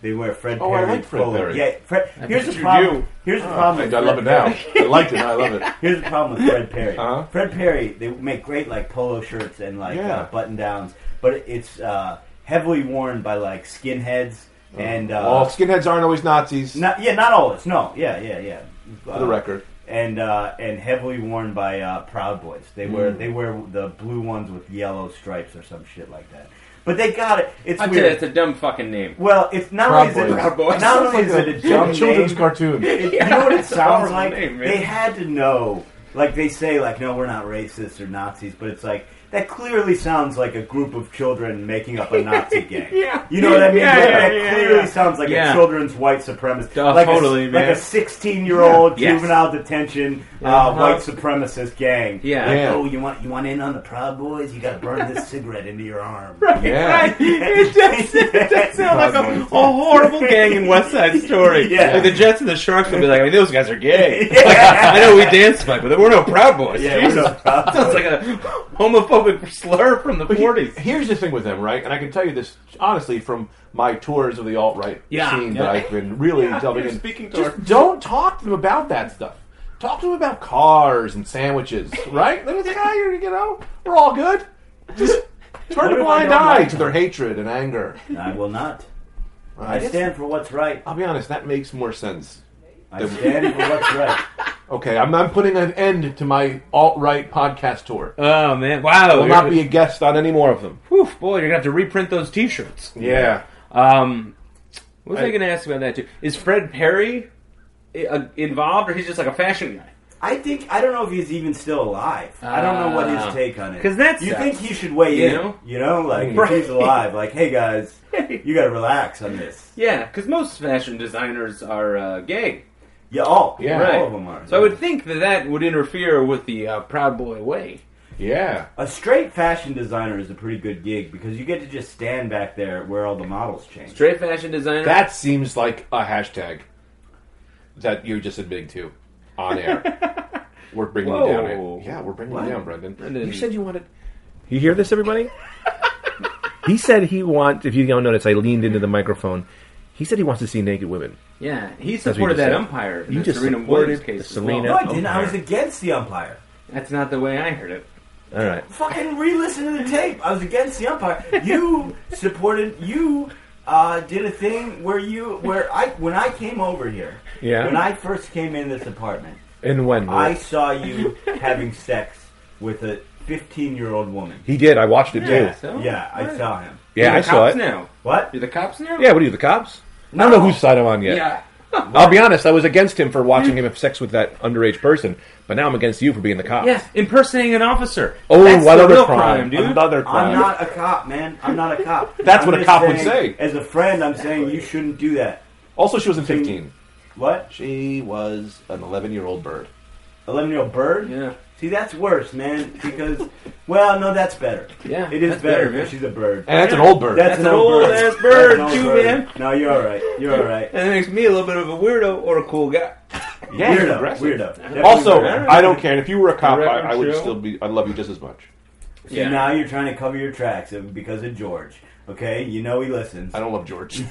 [SPEAKER 3] They wear Fred
[SPEAKER 5] Oh, I
[SPEAKER 3] Perry.
[SPEAKER 5] like Fred
[SPEAKER 3] polo.
[SPEAKER 5] Perry.
[SPEAKER 3] Yeah, Fred, here's
[SPEAKER 1] bet
[SPEAKER 3] the
[SPEAKER 1] you
[SPEAKER 3] problem.
[SPEAKER 1] do.
[SPEAKER 3] Here's the
[SPEAKER 2] I
[SPEAKER 3] problem. with
[SPEAKER 2] love it
[SPEAKER 3] Fred
[SPEAKER 2] now.
[SPEAKER 3] Perry.
[SPEAKER 2] I liked it. Now I love it.
[SPEAKER 3] Here's the problem with Fred Perry.
[SPEAKER 2] Uh-huh.
[SPEAKER 3] Fred Perry, they make great like polo shirts and like
[SPEAKER 2] Yeah.
[SPEAKER 3] uh, button downs, but it's uh, heavily worn by like skinheads and uh,
[SPEAKER 2] Oh, skinheads aren't always Nazis.
[SPEAKER 3] not yeah, not always. No, yeah, yeah, yeah.
[SPEAKER 2] For the record,
[SPEAKER 3] and uh, and heavily worn by uh, Proud Boys. They wear they wear the blue ones with yellow stripes or some shit like that. But they got it. It's
[SPEAKER 1] I did
[SPEAKER 3] weird.
[SPEAKER 1] it. It's a dumb fucking name.
[SPEAKER 3] well, it's not
[SPEAKER 2] Proud
[SPEAKER 3] only is it,
[SPEAKER 2] Boys. Proud
[SPEAKER 1] Boys.
[SPEAKER 3] not only is it a dumb
[SPEAKER 2] children's
[SPEAKER 3] name,
[SPEAKER 2] cartoon.
[SPEAKER 3] it- you know what it
[SPEAKER 1] it's a
[SPEAKER 3] sounds
[SPEAKER 1] horrible
[SPEAKER 3] like?
[SPEAKER 1] name, man.
[SPEAKER 3] they had to know. Like they say, like no, we're not racist or Nazis, but it's like that clearly sounds like a group of children making up a Nazi gang.
[SPEAKER 1] Yeah.
[SPEAKER 3] you know what I mean.
[SPEAKER 1] Yeah,
[SPEAKER 3] Like,
[SPEAKER 1] yeah,
[SPEAKER 3] that
[SPEAKER 1] yeah,
[SPEAKER 3] clearly
[SPEAKER 1] yeah.
[SPEAKER 3] sounds like a
[SPEAKER 1] Yeah.
[SPEAKER 3] children's white supremacist,
[SPEAKER 1] Duh,
[SPEAKER 3] like
[SPEAKER 1] totally,
[SPEAKER 3] a,
[SPEAKER 1] man.
[SPEAKER 3] like a sixteen-year-old
[SPEAKER 1] Yeah. Yes.
[SPEAKER 3] juvenile detention uh,
[SPEAKER 1] Uh-huh.
[SPEAKER 3] white supremacist gang.
[SPEAKER 1] Yeah.
[SPEAKER 3] Like,
[SPEAKER 2] Yeah.
[SPEAKER 3] oh, you want you want in on the Proud Boys? You got to burn this cigarette into your arm.
[SPEAKER 2] Yeah.
[SPEAKER 1] it does. It does sound like a, a horrible gang in West Side Story.
[SPEAKER 3] Yeah.
[SPEAKER 1] Like the Jets and the Sharks would be like, I mean, those guys are gay.
[SPEAKER 3] Yeah.
[SPEAKER 1] Like, I know we dance fight, but there were no Proud Boys.
[SPEAKER 3] Yeah,
[SPEAKER 1] Jesus.
[SPEAKER 3] we're no Proud
[SPEAKER 1] sounds like a homophobic slur from the
[SPEAKER 2] But he-
[SPEAKER 1] forties.
[SPEAKER 2] here's the thing with them, right? And I can tell you this honestly from my tours of the alt right
[SPEAKER 1] Yeah.
[SPEAKER 2] scene
[SPEAKER 1] Yeah.
[SPEAKER 2] that I've been really delving
[SPEAKER 1] you're
[SPEAKER 2] in.
[SPEAKER 1] speaking to
[SPEAKER 2] just
[SPEAKER 1] our-
[SPEAKER 2] don't talk to them about that stuff. Talk to them about cars and sandwiches, right? They're like, ah, you know, we're all good. Just turn
[SPEAKER 3] if
[SPEAKER 2] a
[SPEAKER 3] I
[SPEAKER 2] blind
[SPEAKER 3] don't
[SPEAKER 2] eye
[SPEAKER 3] like
[SPEAKER 2] to their hatred and anger.
[SPEAKER 3] I will not.
[SPEAKER 2] I
[SPEAKER 3] I
[SPEAKER 2] guess-
[SPEAKER 3] stand for what's right.
[SPEAKER 2] I'll be honest, that makes more sense.
[SPEAKER 3] I stand for what's right.
[SPEAKER 2] Okay, I'm, I'm putting an end to my alt right podcast tour.
[SPEAKER 1] Oh man! Wow.
[SPEAKER 2] I will not be a guest on any more of them.
[SPEAKER 1] Whew, boy, you're gonna have to reprint those T-shirts.
[SPEAKER 2] Yeah.
[SPEAKER 1] Um, what was I,
[SPEAKER 2] I-
[SPEAKER 1] gonna ask about that too? Is Fred Perry uh, involved, or he's just like a fashion guy?
[SPEAKER 3] I think I don't know if he's even still alive. I don't know what his
[SPEAKER 1] Ah.
[SPEAKER 3] take on it.
[SPEAKER 1] 'Cause that's-
[SPEAKER 3] you think he should weigh
[SPEAKER 1] you
[SPEAKER 3] in.
[SPEAKER 1] know?
[SPEAKER 3] You know, like if
[SPEAKER 1] Right.
[SPEAKER 3] he's alive. Like, hey guys, you got to relax on this.
[SPEAKER 1] Yeah, because most fashion designers are uh, gay.
[SPEAKER 3] Yeah, all
[SPEAKER 2] Yeah.
[SPEAKER 3] all
[SPEAKER 1] Right.
[SPEAKER 3] of them are.
[SPEAKER 1] So I would think that that would interfere with the uh, Proud Boy way.
[SPEAKER 2] Yeah.
[SPEAKER 3] A straight fashion designer is a pretty good gig because you get to just stand back there where all the models change.
[SPEAKER 1] Straight fashion designer.
[SPEAKER 2] That seems like a hashtag that you're just admitting to on air. we're bringing you down.
[SPEAKER 1] Whoa.
[SPEAKER 2] eh? Yeah, we're bringing
[SPEAKER 3] What?
[SPEAKER 2] you down, Brendan.
[SPEAKER 1] Brendan.
[SPEAKER 2] You said you wanted. You hear this, everybody? he said he wants. If you don't notice, I leaned into the microphone. He said he wants to see naked women.
[SPEAKER 1] yeah, he
[SPEAKER 2] what you
[SPEAKER 1] supported
[SPEAKER 2] just
[SPEAKER 1] that
[SPEAKER 2] said.
[SPEAKER 1] umpire. in
[SPEAKER 2] You
[SPEAKER 1] the
[SPEAKER 2] just
[SPEAKER 1] Serena
[SPEAKER 2] supported
[SPEAKER 1] Williams
[SPEAKER 2] the
[SPEAKER 1] case. as
[SPEAKER 2] Serena-
[SPEAKER 1] well.
[SPEAKER 3] No, I didn't. I was
[SPEAKER 2] Umpire.
[SPEAKER 3] against the umpire.
[SPEAKER 1] That's not the way I heard it.
[SPEAKER 2] All right.
[SPEAKER 3] Fucking re-listen to the tape. I was against the umpire. You supported. You uh, did a thing where you where I when I came over here.
[SPEAKER 2] Yeah.
[SPEAKER 3] When I first came in this apartment,
[SPEAKER 2] And when
[SPEAKER 3] I saw you having sex with a 15 year old woman.
[SPEAKER 2] he did, I watched it
[SPEAKER 1] Yeah,
[SPEAKER 2] too.
[SPEAKER 1] so-
[SPEAKER 3] Yeah, I
[SPEAKER 1] Right.
[SPEAKER 3] saw him.
[SPEAKER 2] Yeah,
[SPEAKER 1] You're
[SPEAKER 2] I
[SPEAKER 1] the
[SPEAKER 2] saw
[SPEAKER 1] cops
[SPEAKER 2] it.
[SPEAKER 1] now.
[SPEAKER 3] What?
[SPEAKER 1] You're the cops now.
[SPEAKER 2] Yeah, what are you, the cops? I don't know whose side I'm on yet.
[SPEAKER 1] Yeah.
[SPEAKER 2] I'll be honest, I was against him for watching him have sex with that underage person, but now I'm against you for being the cop.
[SPEAKER 1] Yeah, impersonating an officer.
[SPEAKER 2] Oh,
[SPEAKER 1] That's
[SPEAKER 2] what
[SPEAKER 1] the
[SPEAKER 2] other
[SPEAKER 1] real
[SPEAKER 2] crime?
[SPEAKER 1] crime, dude.
[SPEAKER 2] Another crime.
[SPEAKER 3] I'm not a cop, man. I'm not a cop.
[SPEAKER 2] That's
[SPEAKER 3] I'm
[SPEAKER 2] what a
[SPEAKER 3] just
[SPEAKER 2] cop would
[SPEAKER 3] saying,
[SPEAKER 2] say.
[SPEAKER 3] As a friend, I'm saying you shouldn't do that.
[SPEAKER 2] Also, she wasn't 15.
[SPEAKER 3] What?
[SPEAKER 2] She was an 11 year old bird.
[SPEAKER 3] 11 year old bird?
[SPEAKER 1] Yeah.
[SPEAKER 3] See, that's worse, man. Because, well, no, that's better.
[SPEAKER 1] Yeah,
[SPEAKER 3] It is
[SPEAKER 1] that's
[SPEAKER 3] better
[SPEAKER 1] better,
[SPEAKER 3] because
[SPEAKER 1] man.
[SPEAKER 3] she's a bird.
[SPEAKER 2] And that's an old bird.
[SPEAKER 1] That's an old-ass
[SPEAKER 3] That's
[SPEAKER 1] bird,
[SPEAKER 3] an old
[SPEAKER 1] too,
[SPEAKER 3] bird.
[SPEAKER 1] man.
[SPEAKER 3] No, you're all right. You're all right.
[SPEAKER 1] And that makes me a little bit of a weirdo or a cool guy.
[SPEAKER 2] Yeah,
[SPEAKER 3] weirdo.
[SPEAKER 2] aggressive.
[SPEAKER 3] Weirdo. Definitely
[SPEAKER 2] Also,
[SPEAKER 3] weirdo.
[SPEAKER 2] I don't care. And if you were a cop,
[SPEAKER 1] The
[SPEAKER 2] I,
[SPEAKER 1] record
[SPEAKER 2] I would
[SPEAKER 1] show.
[SPEAKER 2] still be. I'd love you just as much.
[SPEAKER 3] See, now you're trying to cover your tracks because of George. Okay, you know he listens.
[SPEAKER 2] I don't love George.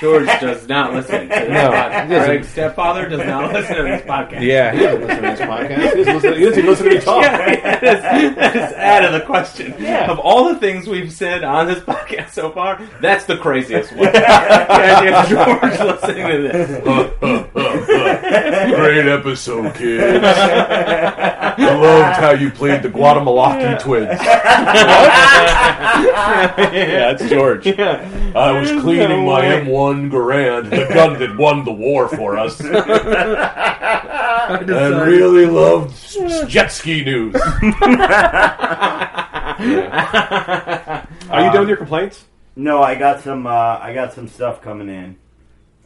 [SPEAKER 1] George does not listen to this
[SPEAKER 2] No,
[SPEAKER 1] podcast.
[SPEAKER 2] he doesn't.
[SPEAKER 1] Greg's stepfather does not listen to this podcast.
[SPEAKER 2] yeah, he doesn't listen to this podcast. He doesn't listen, he doesn't listen to me talk.
[SPEAKER 1] Yeah, that is, that is out of the question.
[SPEAKER 2] Yeah.
[SPEAKER 1] Of all the things we've said on this podcast so far, that's the craziest one. The idea of George listening to this.
[SPEAKER 2] Great episode, kids. I loved how you played the Guatemalaki twins. yeah, it's George. I was cleaning my M1 Garand, the gun that won the war for us, and
[SPEAKER 1] Uh,
[SPEAKER 2] really loved s- s- jet ski news. Are you done with your complaints?
[SPEAKER 3] No, I got some. Uh, I got some stuff coming in.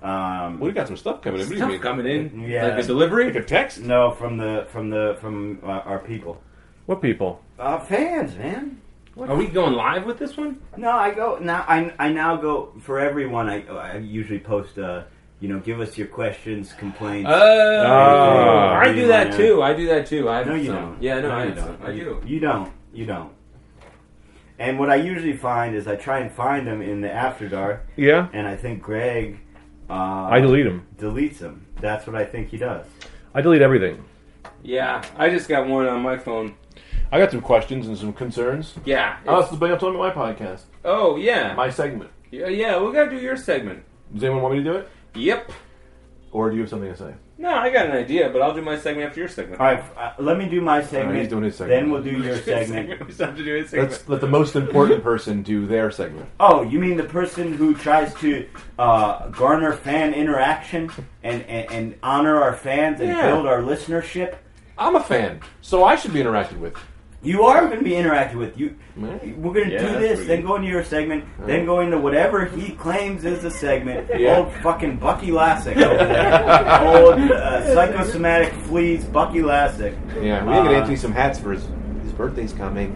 [SPEAKER 3] Um,
[SPEAKER 2] We got some stuff coming in. What do you
[SPEAKER 1] Stuff
[SPEAKER 2] mean?
[SPEAKER 1] coming in
[SPEAKER 3] Yeah.
[SPEAKER 1] like a delivery.
[SPEAKER 2] Like a text?
[SPEAKER 3] no, from the from the from uh, our people,
[SPEAKER 2] What people?
[SPEAKER 3] uh, fans, man.
[SPEAKER 1] Are we going live with this one?
[SPEAKER 3] No, I go now. I, I now go for everyone. I, I usually post. Uh, you know, give us your questions, complaints.
[SPEAKER 1] Oh, I do that
[SPEAKER 3] yeah.
[SPEAKER 1] too. I do that too. I have
[SPEAKER 3] no, you
[SPEAKER 1] some.
[SPEAKER 3] don't.
[SPEAKER 1] Yeah, no, I
[SPEAKER 3] you
[SPEAKER 1] have some. I do.
[SPEAKER 3] You don't. You don't. And what I usually find is I try and find them in the after dark.
[SPEAKER 2] Yeah.
[SPEAKER 3] and I think Greg Uh,
[SPEAKER 2] I delete them.
[SPEAKER 3] deletes them. That's what I think he does.
[SPEAKER 2] I delete everything.
[SPEAKER 1] Yeah, I just got one on my phone.
[SPEAKER 2] I got some questions and some concerns.
[SPEAKER 1] Yeah.
[SPEAKER 2] Oh,
[SPEAKER 1] it's-
[SPEAKER 2] this is been up to my podcast,
[SPEAKER 1] Oh, yeah.
[SPEAKER 2] my segment.
[SPEAKER 1] yeah. Yeah, we gotta do your segment.
[SPEAKER 2] Does anyone want me to do it,
[SPEAKER 1] Yep.
[SPEAKER 2] or do you have something to say?
[SPEAKER 1] No, I got an idea, but I'll do my segment after your segment.
[SPEAKER 3] All right, uh, let me do my segment.
[SPEAKER 2] he's doing his segment.
[SPEAKER 3] Then we'll do your segment.
[SPEAKER 1] segment. We still have to do his segment.
[SPEAKER 2] Let's let the most important person do their segment.
[SPEAKER 3] Oh, you mean the person who tries to uh, garner fan interaction and, and, and honor our fans and
[SPEAKER 2] Yeah.
[SPEAKER 3] build our listenership?
[SPEAKER 2] I'm a fan, so I should be interacted with.
[SPEAKER 3] You are going to be interacted with. You,
[SPEAKER 2] Yeah.
[SPEAKER 3] we're going to
[SPEAKER 1] Yeah,
[SPEAKER 3] do
[SPEAKER 1] that's
[SPEAKER 3] this,
[SPEAKER 1] pretty
[SPEAKER 3] then
[SPEAKER 1] good.
[SPEAKER 3] go into your segment, then go into whatever he claims is a segment.
[SPEAKER 2] Yeah.
[SPEAKER 3] Old fucking Bucky Lassick over there. Old uh, psychosomatic fleas Bucky Lassick.
[SPEAKER 2] Yeah, we need to get
[SPEAKER 3] Uh,
[SPEAKER 2] Anthony some hats for his his birthday's coming.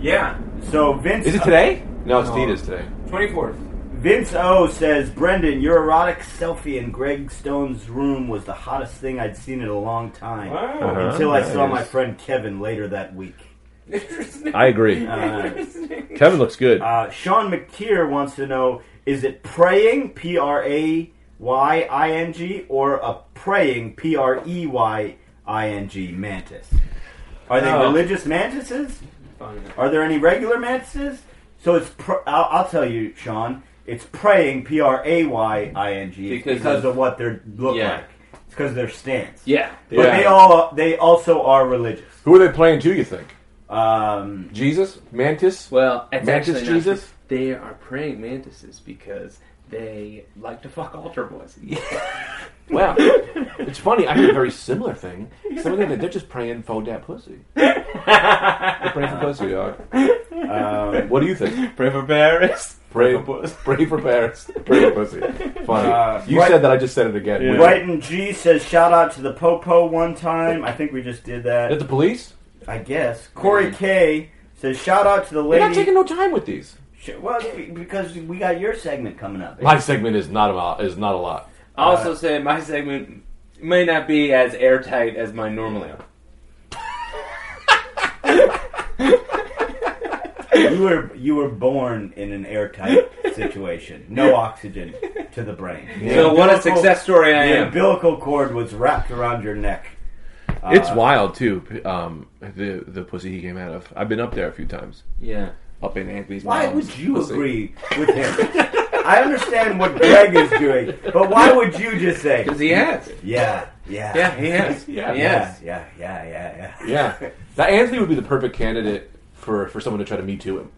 [SPEAKER 1] Yeah,
[SPEAKER 3] So Vince,
[SPEAKER 2] Is it today? Uh, No, it's Tina's today.
[SPEAKER 1] 24th.
[SPEAKER 3] Vince O says, Brendan, your erotic selfie in Greg Stone's room was the hottest thing I'd seen in a long time.
[SPEAKER 1] Wow.
[SPEAKER 3] Until I saw
[SPEAKER 2] Nice.
[SPEAKER 3] my friend Kevin later that week.
[SPEAKER 1] Interesting.
[SPEAKER 2] I agree.
[SPEAKER 1] Uh, Interesting.
[SPEAKER 2] Kevin looks good.
[SPEAKER 3] Uh, Sean McTeer wants to know: Is it praying, P R A Y I N G, or a praying, P R E Y I N G mantis? Are they
[SPEAKER 2] Oh.
[SPEAKER 3] religious mantises?
[SPEAKER 1] Fine.
[SPEAKER 3] Are there any regular mantises? So it's. Pr- I'll, I'll tell you, Sean. It's praying, P R A Y I N G,
[SPEAKER 1] Because
[SPEAKER 3] because,
[SPEAKER 1] of-
[SPEAKER 3] because of what they look
[SPEAKER 1] Yeah.
[SPEAKER 3] like. It's because of their stance.
[SPEAKER 1] Yeah.
[SPEAKER 3] But they all they also are religious.
[SPEAKER 2] Who are they playing to? You think
[SPEAKER 3] Um,
[SPEAKER 2] Jesus, Mantis?
[SPEAKER 1] Well, it's
[SPEAKER 2] Mantis
[SPEAKER 1] actually not-
[SPEAKER 2] Jesus?
[SPEAKER 1] They are praying mantises because they like to fuck altar boys.
[SPEAKER 2] Wow, it's funny. I heard a very similar thing. Some of them they're just praying for that pussy. They're praying for pussy, dog.
[SPEAKER 3] um,
[SPEAKER 2] What do you think?
[SPEAKER 1] Pray for Paris.
[SPEAKER 2] Pray, pray for Paris. Pray for pussy. Funny.
[SPEAKER 3] Uh,
[SPEAKER 2] you
[SPEAKER 3] right-
[SPEAKER 2] said that. I just said it again.
[SPEAKER 1] Yeah.
[SPEAKER 2] Weird.
[SPEAKER 3] Brighton G says shout out to the Popo one time. I think we just did
[SPEAKER 2] At
[SPEAKER 3] that.
[SPEAKER 2] the police?
[SPEAKER 3] I guess. Corey K says shout out to the lady.
[SPEAKER 2] You're not taking no time with these.
[SPEAKER 3] Sh- well, because we got your segment coming up.
[SPEAKER 2] My segment is not a lot. Is not a lot.
[SPEAKER 1] I'll also say my segment may not be as airtight as mine normally are.
[SPEAKER 3] You were you were born in an airtight situation. No oxygen to the brain.
[SPEAKER 1] So what a
[SPEAKER 3] umbilical-
[SPEAKER 1] success story I
[SPEAKER 3] The
[SPEAKER 1] am.
[SPEAKER 3] umbilical cord was wrapped around your neck. Uh,
[SPEAKER 2] It's wild too. p- Um, the the pussy he came out of. I've been up there a few times.
[SPEAKER 1] Yeah.
[SPEAKER 2] Up in Anthony's.
[SPEAKER 3] Why
[SPEAKER 2] mom's
[SPEAKER 3] would you
[SPEAKER 2] pussy.
[SPEAKER 3] agree with him? I understand what Greg is doing, but why would you just say,
[SPEAKER 1] Because he has.
[SPEAKER 3] yeah, yeah,
[SPEAKER 1] Yeah, he has.
[SPEAKER 2] Yeah.
[SPEAKER 1] yeah. He
[SPEAKER 3] yeah,
[SPEAKER 1] has.
[SPEAKER 3] yeah, yeah, yeah, yeah.
[SPEAKER 2] Yeah, that Anthony would be the perfect candidate for for someone to try to me too him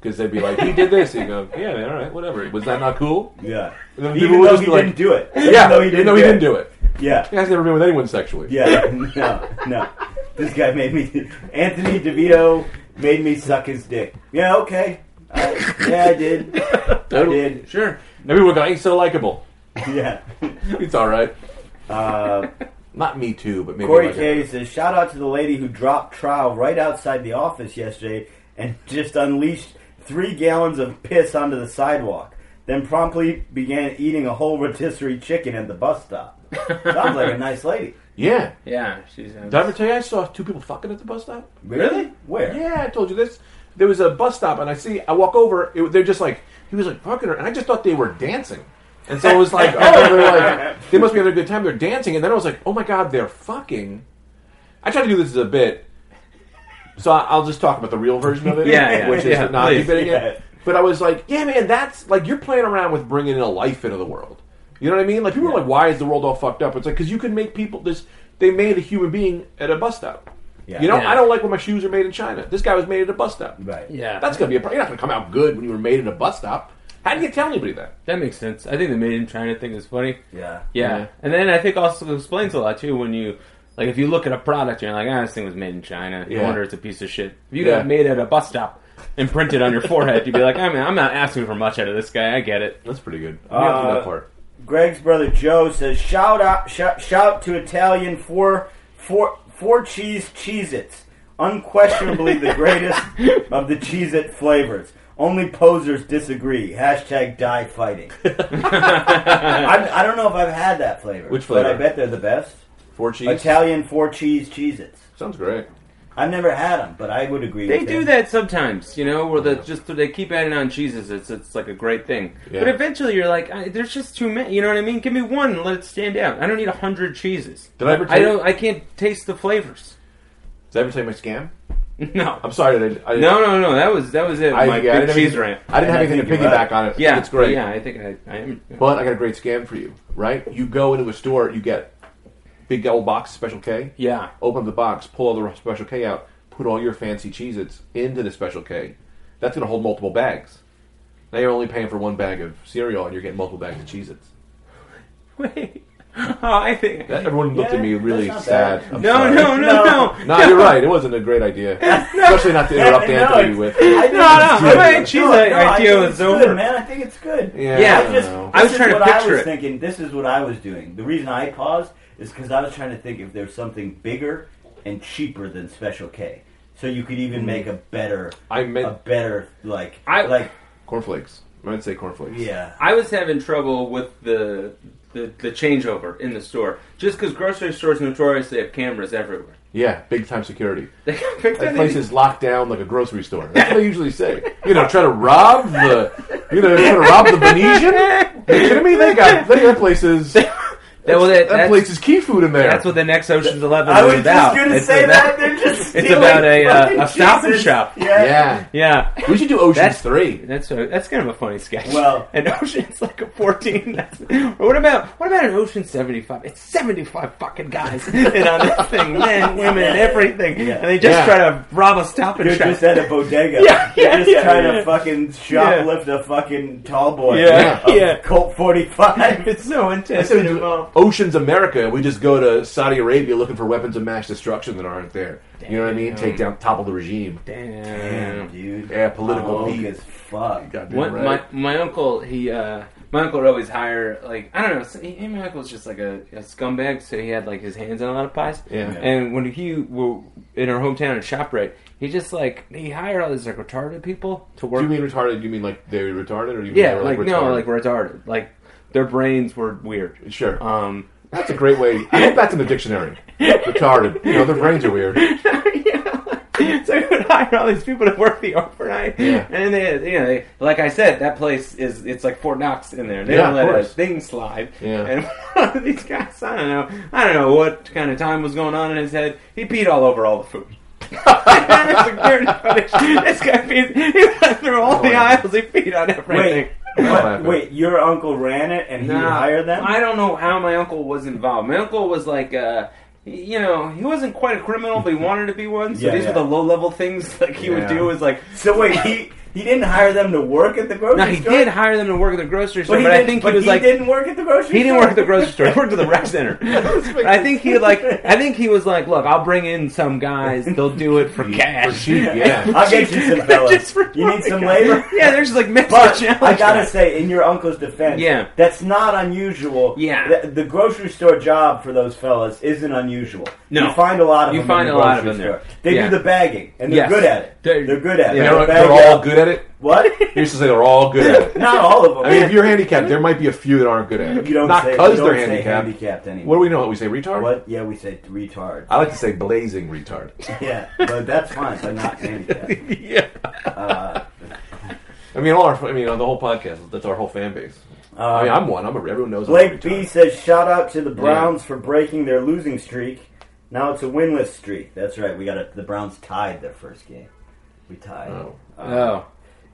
[SPEAKER 2] because they'd be like, he did this. He go, yeah, man, all right, whatever. Was that not cool?
[SPEAKER 3] Yeah.
[SPEAKER 2] And then people
[SPEAKER 3] Even
[SPEAKER 2] would
[SPEAKER 3] though
[SPEAKER 2] just
[SPEAKER 3] he
[SPEAKER 2] be like-
[SPEAKER 3] didn't do it.
[SPEAKER 2] Yeah,
[SPEAKER 3] Even though he didn't,
[SPEAKER 2] no, he
[SPEAKER 3] do,
[SPEAKER 2] didn't
[SPEAKER 3] it.
[SPEAKER 2] do it.
[SPEAKER 3] Yeah.
[SPEAKER 2] He has never been with anyone sexually.
[SPEAKER 3] Yeah. No. No. This guy made me. Anthony DeVito made me suck his dick. Yeah. Okay. I, yeah, I did. I
[SPEAKER 2] totally.
[SPEAKER 3] did.
[SPEAKER 1] Sure.
[SPEAKER 2] Everyone go, ain't so likable.
[SPEAKER 3] Yeah.
[SPEAKER 2] It's all right.
[SPEAKER 3] Uh,
[SPEAKER 2] Not me too, but maybe
[SPEAKER 3] Corey
[SPEAKER 2] like a-
[SPEAKER 3] K says, "Shout out to the lady who dropped trowel right outside the office yesterday and just unleashed three gallons of piss onto the sidewalk." Then promptly began eating a whole rotisserie chicken at the bus stop. Sounds like a nice lady.
[SPEAKER 2] Yeah.
[SPEAKER 1] Yeah. She's.
[SPEAKER 2] Did I ever tell you I saw two people fucking at the bus stop?
[SPEAKER 1] Really?
[SPEAKER 3] Where?
[SPEAKER 2] Yeah, I told you this. There was a bus stop, and I see, I walk over. It, they're just like, he was like fucking her, and I just thought they were dancing. And so it was like, oh, they're like, they must be having a good time. They're dancing, and then I was like, oh my god, they're fucking. I tried to do this as a bit, so I- I'll just talk about the real version of it,
[SPEAKER 1] Yeah, yeah,
[SPEAKER 2] which
[SPEAKER 1] yeah,
[SPEAKER 2] is not
[SPEAKER 1] please,
[SPEAKER 2] bit
[SPEAKER 3] yeah.
[SPEAKER 2] again. But I was like, yeah, man, that's like you're playing around with bringing in a life into the world. You know what I mean? Like people are like, why is the world all fucked up? It's like because you can make people this. They made a human being at a bus stop.
[SPEAKER 3] Yeah.
[SPEAKER 2] You know,
[SPEAKER 1] Yeah.
[SPEAKER 2] I don't like when my shoes are made in China. This guy was made at a bus stop.
[SPEAKER 3] Right.
[SPEAKER 1] Yeah.
[SPEAKER 2] That's gonna be a problem. You're not gonna come out good when you were made at a bus stop. How do you tell anybody that?
[SPEAKER 1] That makes sense. I think the made in China thing is funny.
[SPEAKER 3] Yeah.
[SPEAKER 1] Yeah.
[SPEAKER 2] Yeah.
[SPEAKER 1] And then I think also explains a lot too when you like if you look at a product you're like, ah, this thing was made in China. No
[SPEAKER 2] Yeah.
[SPEAKER 1] wonder it's a piece of shit. If you
[SPEAKER 2] Yeah.
[SPEAKER 1] got made at a bus stop and printed on your forehead, you'd be like, I mean, I'm not asking for much out of this guy. I get it.
[SPEAKER 2] That's pretty good.
[SPEAKER 3] Uh,
[SPEAKER 2] I'm not that part.
[SPEAKER 3] Greg's brother Joe says, "Shout out, shout, shout to Italian four, four, four cheese Cheez-Its. Unquestionably the greatest of the Cheez-It flavors. Only posers disagree. Hashtag die fighting. I, I don't know if I've had that flavor.
[SPEAKER 2] Which
[SPEAKER 3] But I
[SPEAKER 2] flavor?
[SPEAKER 3] bet they're the best.
[SPEAKER 2] Four cheese
[SPEAKER 3] Italian four cheese Cheez-Its.
[SPEAKER 2] sounds great.
[SPEAKER 3] I've never had them, but I would agree.
[SPEAKER 1] They
[SPEAKER 3] with
[SPEAKER 1] do
[SPEAKER 3] him.
[SPEAKER 1] that sometimes, you know, where the just they keep adding on cheeses. It's it's like a great thing.
[SPEAKER 2] Yeah.
[SPEAKER 1] But eventually, you're like, I, there's just too many. You know what I mean? Give me one and let it stand out. I don't need a hundred cheeses.
[SPEAKER 2] Did I ever
[SPEAKER 1] I
[SPEAKER 2] tell you-
[SPEAKER 1] don't. I can't taste the flavors.
[SPEAKER 2] Did I ever tell you my scam?
[SPEAKER 1] No.
[SPEAKER 2] I'm sorry. I, didn't- I,
[SPEAKER 1] No, no, no. That was that was it.
[SPEAKER 2] I,
[SPEAKER 1] my
[SPEAKER 2] yeah, I
[SPEAKER 1] big
[SPEAKER 2] didn't have
[SPEAKER 1] cheese
[SPEAKER 2] anything-
[SPEAKER 1] rant.
[SPEAKER 2] I didn't have
[SPEAKER 3] I
[SPEAKER 2] anything to
[SPEAKER 3] think you're
[SPEAKER 2] piggyback
[SPEAKER 3] right.
[SPEAKER 2] on it. I think
[SPEAKER 1] Yeah,
[SPEAKER 2] it's great.
[SPEAKER 1] Yeah, I think I, I am.
[SPEAKER 2] But I got a great scam for you, right? You go into a store, you get big old box Special K.
[SPEAKER 1] Yeah.
[SPEAKER 2] Open up the box, pull all the Special K out, put all your fancy Cheez-Its into the Special K. That's going to hold multiple bags. Now you're only paying for one bag of cereal and you're getting multiple bags of Cheez-Its.
[SPEAKER 1] Wait. Oh, I think.
[SPEAKER 2] That, everyone looked at me
[SPEAKER 3] Yeah,
[SPEAKER 2] really
[SPEAKER 3] that's not
[SPEAKER 2] sad.
[SPEAKER 3] bad.
[SPEAKER 2] I'm
[SPEAKER 1] No,
[SPEAKER 2] sorry.
[SPEAKER 1] no, no,
[SPEAKER 3] No.
[SPEAKER 1] no.
[SPEAKER 2] No, you're right. It wasn't a great idea. Especially not to interrupt
[SPEAKER 3] No,
[SPEAKER 2] Anthony
[SPEAKER 3] it's-
[SPEAKER 2] with.
[SPEAKER 3] I think
[SPEAKER 1] No,
[SPEAKER 3] it's
[SPEAKER 1] no,
[SPEAKER 3] good.
[SPEAKER 1] my cheese idea
[SPEAKER 3] I think
[SPEAKER 1] is
[SPEAKER 3] it's
[SPEAKER 1] over.
[SPEAKER 3] Good, man, I think it's good.
[SPEAKER 2] Yeah,
[SPEAKER 1] Yeah.
[SPEAKER 2] I
[SPEAKER 3] I
[SPEAKER 2] don't
[SPEAKER 3] just.
[SPEAKER 2] know.
[SPEAKER 1] I was
[SPEAKER 3] this is
[SPEAKER 1] trying to
[SPEAKER 3] what
[SPEAKER 1] picture
[SPEAKER 3] I was
[SPEAKER 1] it.
[SPEAKER 3] thinking. This is what I was doing. The reason I paused is because I was trying to think if there's something bigger and cheaper than Special K, so you could even make a better.
[SPEAKER 2] I meant-
[SPEAKER 3] a better like.
[SPEAKER 1] I-
[SPEAKER 3] like
[SPEAKER 2] Cornflakes. I might say cornflakes.
[SPEAKER 3] yeah.
[SPEAKER 1] I was having trouble with the the, the changeover in the store, just because grocery stores notoriously have cameras everywhere.
[SPEAKER 2] Yeah, big time security.
[SPEAKER 1] They got picked
[SPEAKER 2] That
[SPEAKER 1] on
[SPEAKER 2] place
[SPEAKER 1] these-
[SPEAKER 2] is locked down like a grocery store. That's what I usually say. You know, try to rob the, you know, try to rob the Venetian. Are you kidding me? They got they, that place is that,
[SPEAKER 1] that, well, that, that's,
[SPEAKER 2] place is key food in there.
[SPEAKER 1] that's what the next Ocean's Eleven
[SPEAKER 3] I
[SPEAKER 1] is
[SPEAKER 3] was
[SPEAKER 1] about.
[SPEAKER 3] just going to
[SPEAKER 1] It's
[SPEAKER 3] say
[SPEAKER 1] about-
[SPEAKER 3] that. They're just
[SPEAKER 1] it's
[SPEAKER 3] stealing
[SPEAKER 1] about a, uh,
[SPEAKER 3] fucking
[SPEAKER 1] a Stop and
[SPEAKER 3] cheeses.
[SPEAKER 1] Shop.
[SPEAKER 3] Yeah.
[SPEAKER 2] yeah,
[SPEAKER 1] Yeah,
[SPEAKER 2] we should do Ocean's
[SPEAKER 1] That's-
[SPEAKER 2] Three.
[SPEAKER 1] that's a, that's kind of a funny sketch.
[SPEAKER 3] Well-
[SPEAKER 1] an Ocean's like a fourteen. That's, or what about what about an Ocean seventy five? It's seventy five fucking guys in on this thing, men, women, everything, and they just
[SPEAKER 2] Yeah.
[SPEAKER 1] try to rob a Stop and
[SPEAKER 3] They're
[SPEAKER 1] Shop.
[SPEAKER 3] just at a bodega.
[SPEAKER 1] Yeah, yeah,
[SPEAKER 3] They're just
[SPEAKER 1] yeah,
[SPEAKER 3] trying
[SPEAKER 1] yeah.
[SPEAKER 3] to fucking shoplift a fucking tall boy.
[SPEAKER 1] Yeah,
[SPEAKER 3] A
[SPEAKER 1] yeah.
[SPEAKER 3] Colt 45.
[SPEAKER 1] it's so intense
[SPEAKER 2] Instead
[SPEAKER 1] and
[SPEAKER 2] of
[SPEAKER 1] involved.
[SPEAKER 2] Ocean's America, we just go to Saudi Arabia looking for weapons of mass destruction that aren't there. You know what I mean? Take down, topple the regime.
[SPEAKER 3] Damn, dude.
[SPEAKER 2] Yeah, political
[SPEAKER 3] Woke
[SPEAKER 2] heat.
[SPEAKER 3] as fuck.
[SPEAKER 2] Goddamn
[SPEAKER 1] Oh, What,
[SPEAKER 2] right.
[SPEAKER 1] my my uncle he uh my uncle would always hire like I don't know so he, and my uncle's just like a, a scumbag so he had like his hands in a lot of pies
[SPEAKER 2] Yeah.
[SPEAKER 1] and when he were in our hometown in Shoprite he just like he hired all these like retarded people to
[SPEAKER 2] do
[SPEAKER 1] work
[SPEAKER 2] you mean retarded? Do you mean like they're retarded, or do you mean
[SPEAKER 1] yeah
[SPEAKER 2] they're,
[SPEAKER 1] like,
[SPEAKER 2] retarded?
[SPEAKER 1] no like retarded like their brains were weird
[SPEAKER 2] sure.
[SPEAKER 1] um
[SPEAKER 2] That's a great way. I hope that's in the dictionary. Retarded. You know, their brains are weird.
[SPEAKER 1] yeah. So he would hire all these people to work the overnight,
[SPEAKER 2] Yeah.
[SPEAKER 1] and they, you know, they, like I said, that place is it's like Fort Knox in there. They don't
[SPEAKER 2] Yeah, of
[SPEAKER 1] let a
[SPEAKER 2] course.
[SPEAKER 1] thing slide.
[SPEAKER 2] Yeah.
[SPEAKER 1] And one of these guys, I don't know, I don't know what kind of time was going on in his head. He peed all over all the food. There's security footage. This guy peed. He went through all the aisles. He peed on everything.
[SPEAKER 3] Wait,
[SPEAKER 2] What
[SPEAKER 3] what,
[SPEAKER 2] happened?
[SPEAKER 3] wait, your uncle ran it and he would
[SPEAKER 1] Nah,
[SPEAKER 3] hire them?
[SPEAKER 1] I don't know how my uncle was involved. My uncle was like, uh, he- you know, he wasn't quite a criminal, but he wanted to be one. So
[SPEAKER 3] Yeah,
[SPEAKER 1] these
[SPEAKER 3] yeah.
[SPEAKER 1] were the low level things like he would
[SPEAKER 2] Yeah.
[SPEAKER 1] do. Is like,
[SPEAKER 3] so wait, he he didn't hire them to work at the grocery
[SPEAKER 1] now he
[SPEAKER 3] store?
[SPEAKER 1] did hire them to work at the grocery store,
[SPEAKER 3] But,
[SPEAKER 1] but, I
[SPEAKER 3] he didn't-
[SPEAKER 1] think he
[SPEAKER 3] but
[SPEAKER 1] was like.
[SPEAKER 3] didn't work at the grocery
[SPEAKER 1] He didn't
[SPEAKER 3] store?
[SPEAKER 1] work at the grocery store. He worked at the rec center. But I think he like. I think he was like, "Look, I'll bring in some guys. They'll do it for
[SPEAKER 2] For
[SPEAKER 1] cash.
[SPEAKER 2] cheap, yeah.
[SPEAKER 3] I'll get you some
[SPEAKER 1] Just
[SPEAKER 3] fellas.
[SPEAKER 1] for
[SPEAKER 3] You need some
[SPEAKER 1] money.
[SPEAKER 3] labor?
[SPEAKER 1] Yeah, there's like mixed
[SPEAKER 3] But
[SPEAKER 1] challenge.
[SPEAKER 3] I gotta say, in your uncle's defense,
[SPEAKER 1] Yeah.
[SPEAKER 3] that's not unusual.
[SPEAKER 1] Yeah.
[SPEAKER 3] Th- the, grocery store job for those fellas isn't unusual.
[SPEAKER 1] No.
[SPEAKER 3] you find a lot of
[SPEAKER 1] You
[SPEAKER 3] them.
[SPEAKER 1] find
[SPEAKER 3] in
[SPEAKER 1] a
[SPEAKER 3] the
[SPEAKER 1] lot of
[SPEAKER 3] grocery
[SPEAKER 1] them there.
[SPEAKER 3] store. They
[SPEAKER 1] Yeah.
[SPEAKER 3] do the bagging, and they're
[SPEAKER 1] Yes.
[SPEAKER 3] good at it.
[SPEAKER 1] They're-
[SPEAKER 3] They're, good at it.
[SPEAKER 2] They're,
[SPEAKER 3] They
[SPEAKER 2] they're
[SPEAKER 3] bag
[SPEAKER 2] all
[SPEAKER 3] up-
[SPEAKER 2] good at it.
[SPEAKER 3] What?
[SPEAKER 2] You used to say they're all good at it.
[SPEAKER 3] not all of them.
[SPEAKER 2] I mean, if you're handicapped, there might be a few that aren't good at it.
[SPEAKER 3] you don't
[SPEAKER 2] Not
[SPEAKER 3] say, you
[SPEAKER 2] because
[SPEAKER 3] don't
[SPEAKER 2] they're
[SPEAKER 3] say
[SPEAKER 2] handicapped.
[SPEAKER 3] handicapped anymore.
[SPEAKER 2] What do we know? We say retard?
[SPEAKER 3] What? Yeah, we say retard.
[SPEAKER 2] I like to say blazing retard.
[SPEAKER 3] yeah, but that's fine. But not handicapped.
[SPEAKER 2] yeah.
[SPEAKER 3] Uh,
[SPEAKER 2] I mean, all our, I mean, the whole podcast, that's our whole fan base. I mean,
[SPEAKER 3] uh,
[SPEAKER 2] Oh, I'm one. I'm a, everyone knows I'm a
[SPEAKER 3] Blake
[SPEAKER 2] retard.
[SPEAKER 3] B says, "Shout out to the Browns for breaking their losing streak. Now it's a winless streak. That's right. We got a, the Browns tied their first game. We tied.
[SPEAKER 2] Oh.
[SPEAKER 3] Uh,
[SPEAKER 1] Oh,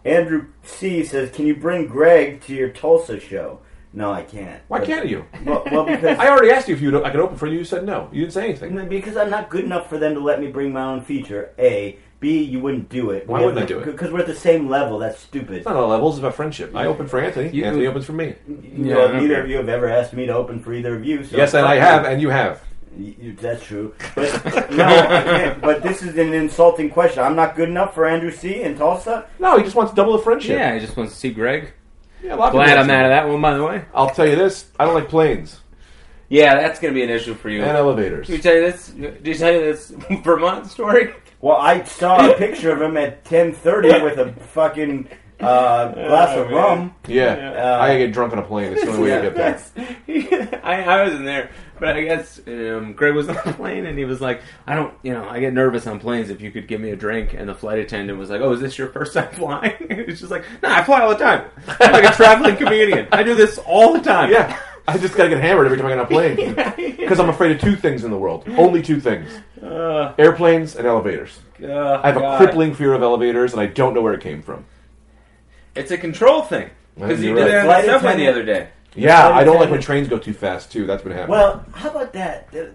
[SPEAKER 3] Andrew C says, "Can you bring Greg to your Tulsa show?" No, I can't.
[SPEAKER 2] Why
[SPEAKER 3] But-
[SPEAKER 2] can't you?
[SPEAKER 3] Well, well because
[SPEAKER 2] I already asked you if you'd, I could open for you. You said no. You didn't say anything.
[SPEAKER 3] Because I'm not good enough for them to let me bring my own feature. A. B. You wouldn't do it.
[SPEAKER 2] Why wouldn't I do it?
[SPEAKER 3] Because we're at the same level. That's stupid.
[SPEAKER 2] It's not on levels. It's about friendship. I open for Anthony.
[SPEAKER 1] You-
[SPEAKER 2] Anthony opens for me.
[SPEAKER 3] You
[SPEAKER 1] Yeah,
[SPEAKER 3] know,
[SPEAKER 1] I don't
[SPEAKER 3] neither
[SPEAKER 1] care.
[SPEAKER 3] of you have ever asked me to open for either of you. So
[SPEAKER 2] Yes, and I have, and you have.
[SPEAKER 3] You, you- that's true. But no, I can't. but this is an insulting question. I'm not good enough for Andrew C. in Tulsa.
[SPEAKER 2] No, he just wants double the friendship.
[SPEAKER 1] yeah. I just wants to see Greg.
[SPEAKER 2] Yeah, a lot of
[SPEAKER 1] Glad I'm
[SPEAKER 2] people want
[SPEAKER 1] out
[SPEAKER 2] to-
[SPEAKER 1] of that one, by the way.
[SPEAKER 2] I'll tell you this: I don't like planes
[SPEAKER 1] Yeah, that's gonna be an issue for you.
[SPEAKER 2] and elevators.
[SPEAKER 1] Did you tell you this? Did you tell you this Vermont story?
[SPEAKER 3] Well, I saw a picture of him at 10:30 with a fucking uh, glass of
[SPEAKER 1] man.
[SPEAKER 3] rum. Uh,
[SPEAKER 2] Yeah,
[SPEAKER 1] Yeah.
[SPEAKER 2] I get drunk on a plane. It's the only way to get there.
[SPEAKER 1] That's- I, I wasn't there, but I guess um, Greg was on the plane and he was like, I don't, you know, I get nervous on planes if you could give me a drink. And the flight attendant was like, Oh, is this your first time flying? It was just like, No, I fly all the time. I'm like a traveling comedian. I do this all the time.
[SPEAKER 2] Yeah, I just gotta get hammered every time I get on a plane because I'm afraid of two things in the world. Only two things:
[SPEAKER 1] Uh,
[SPEAKER 2] airplanes and elevators.
[SPEAKER 1] uh,
[SPEAKER 2] I have
[SPEAKER 1] God.
[SPEAKER 2] a crippling fear of elevators, and I don't know where it came from.
[SPEAKER 1] It's a control thing.
[SPEAKER 2] Well,
[SPEAKER 1] Because you
[SPEAKER 2] you're
[SPEAKER 1] did it
[SPEAKER 2] right.
[SPEAKER 1] on
[SPEAKER 3] Flight
[SPEAKER 1] the subway the
[SPEAKER 3] attendant-
[SPEAKER 1] other day.
[SPEAKER 2] Yeah,
[SPEAKER 3] Flight
[SPEAKER 2] I don't like when
[SPEAKER 3] attendant.
[SPEAKER 2] trains go too fast too. That's been happening.
[SPEAKER 3] Well, how about that? Uh,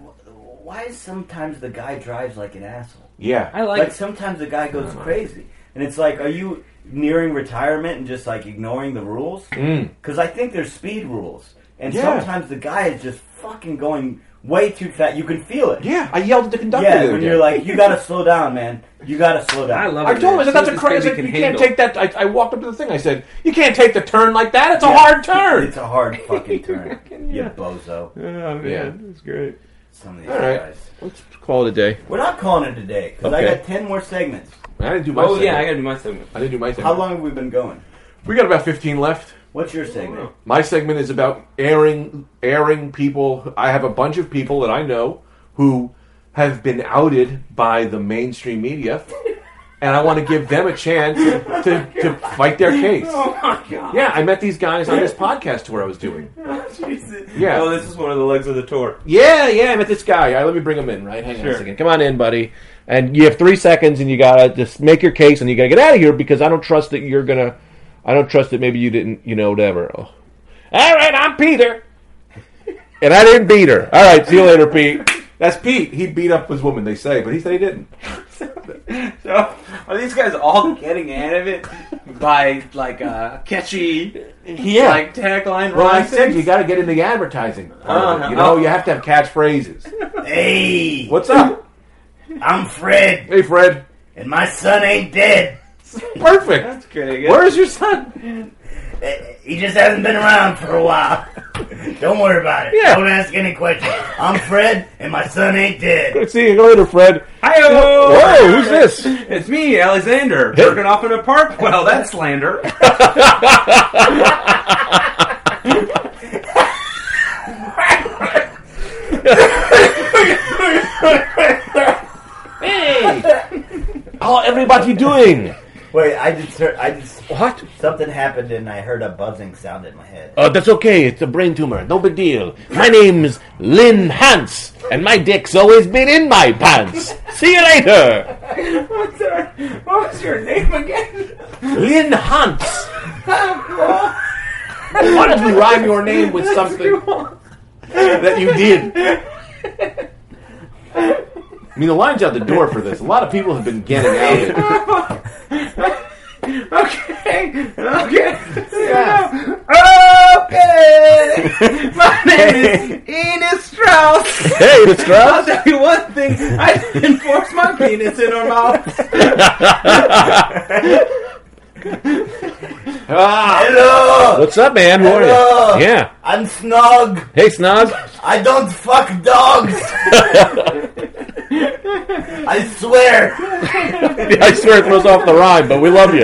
[SPEAKER 3] Why is sometimes the guy drives like an asshole?
[SPEAKER 2] yeah,
[SPEAKER 1] I like
[SPEAKER 3] Like sometimes the guy goes crazy, and it's like, are you nearing retirement and just like ignoring the rules?
[SPEAKER 2] Mm.
[SPEAKER 3] Because I think there's speed rules, and
[SPEAKER 2] Yeah.
[SPEAKER 3] sometimes the guy is just fucking going way too fast. You can feel it.
[SPEAKER 2] yeah. I yelled at the conductor. the
[SPEAKER 3] Yeah,
[SPEAKER 2] other
[SPEAKER 3] when
[SPEAKER 2] day.
[SPEAKER 3] you're like, you gotta slow down, man. You gotta slow down.
[SPEAKER 1] I love
[SPEAKER 2] I
[SPEAKER 1] it.
[SPEAKER 2] told him, I
[SPEAKER 1] man.
[SPEAKER 2] said,
[SPEAKER 1] See
[SPEAKER 2] that's a
[SPEAKER 1] what
[SPEAKER 2] crazy, I
[SPEAKER 1] this baby
[SPEAKER 2] said,
[SPEAKER 1] can
[SPEAKER 2] you can't
[SPEAKER 1] handle."
[SPEAKER 2] take that. I, I walked up to the thing, I said, you can't take the turn like that, it's a
[SPEAKER 3] Yeah.
[SPEAKER 2] hard turn.
[SPEAKER 3] It's a hard fucking turn. you
[SPEAKER 1] Yeah.
[SPEAKER 3] bozo.
[SPEAKER 1] Oh, man,
[SPEAKER 2] Yeah.
[SPEAKER 1] that's great.
[SPEAKER 3] Some of these
[SPEAKER 2] All right.
[SPEAKER 3] guys.
[SPEAKER 2] Let's call it a day.
[SPEAKER 3] We're not calling it today because I
[SPEAKER 2] Okay.
[SPEAKER 3] got ten more segments.
[SPEAKER 2] I didn't do my
[SPEAKER 1] Oh
[SPEAKER 2] segment.
[SPEAKER 1] yeah, I got to do my segment.
[SPEAKER 2] I didn't do my thing.
[SPEAKER 3] How long have we been going?
[SPEAKER 2] We got about 15 left.
[SPEAKER 3] What's your segment?
[SPEAKER 2] My segment is about airing airing people. I have a bunch of people that I know who have been outed by the mainstream media, and I want to give them a chance to, to fight their case.
[SPEAKER 1] Oh, my god.
[SPEAKER 2] Yeah, I met these guys on this podcast tour I was doing.
[SPEAKER 1] Jesus.
[SPEAKER 2] Yeah.
[SPEAKER 1] Oh, this is one of the legs of the tour.
[SPEAKER 2] Yeah, yeah, I met this guy. All right, let me bring him in, right? Hang on a
[SPEAKER 1] Sure.
[SPEAKER 2] second. Come on in, buddy. And you have three seconds, and you gotta just make your case, and you gotta get out of here because I don't trust that you're gonna. I don't trust that maybe you didn't, you know, whatever. Oh. All right, I'm Peter, and I didn't beat her. All right, see you later, Pete. That's Pete. He beat up his woman, they say, but he said he didn't.
[SPEAKER 1] So, are these guys all getting out of it by like a catchy,
[SPEAKER 2] Yeah.
[SPEAKER 1] like tagline?
[SPEAKER 2] well, I
[SPEAKER 1] rhyme
[SPEAKER 2] said
[SPEAKER 1] thing?
[SPEAKER 2] you got to get in the advertising. Part of it. You
[SPEAKER 1] Uh,
[SPEAKER 2] know,
[SPEAKER 1] uh.
[SPEAKER 2] you have to have catchphrases.
[SPEAKER 3] Hey,
[SPEAKER 2] What's up?
[SPEAKER 3] I'm Fred,
[SPEAKER 2] Hey, Fred.
[SPEAKER 3] and my son ain't dead.
[SPEAKER 2] Perfect.
[SPEAKER 1] That's pretty good.
[SPEAKER 2] Where is your son?
[SPEAKER 3] Uh, He just hasn't been around for a while. Don't worry about it.
[SPEAKER 2] Yeah.
[SPEAKER 3] Don't ask any questions. I'm Fred, and my son ain't dead.
[SPEAKER 2] See you later, Fred.
[SPEAKER 1] Hi-oh!
[SPEAKER 2] Whoa, who's this?
[SPEAKER 1] It's me, Alexander, jerking off in a park. Well, that's slander.
[SPEAKER 2] How everybody doing?
[SPEAKER 3] Wait, I just heard. I just
[SPEAKER 2] What?
[SPEAKER 3] something happened, and I heard a buzzing sound in my head.
[SPEAKER 2] Uh, that's okay. It's a brain tumor. No big deal. My name's Lynn Hans, and my dick's always been in my pants. See you later,
[SPEAKER 1] What's our, what was your name again?
[SPEAKER 2] Lynn Hans. Why don't we rhyme your name with something that you did? I mean, the line's out the door for this. A lot of people have been getting out.
[SPEAKER 1] Okay, okay.
[SPEAKER 2] Yeah.
[SPEAKER 1] Okay. My name is Enos Strauss.
[SPEAKER 2] Hey, Mr.
[SPEAKER 1] I'll tell you one thing. I didn't force my penis in her mouth.
[SPEAKER 2] Ah,
[SPEAKER 3] Hello,
[SPEAKER 2] what's up, man? Who are
[SPEAKER 3] Hello.
[SPEAKER 2] you? Yeah.
[SPEAKER 3] I'm Snog.
[SPEAKER 2] Hey, Snog.
[SPEAKER 3] I don't fuck dogs. I swear.
[SPEAKER 2] I swear it throws off the rhyme, but we love you.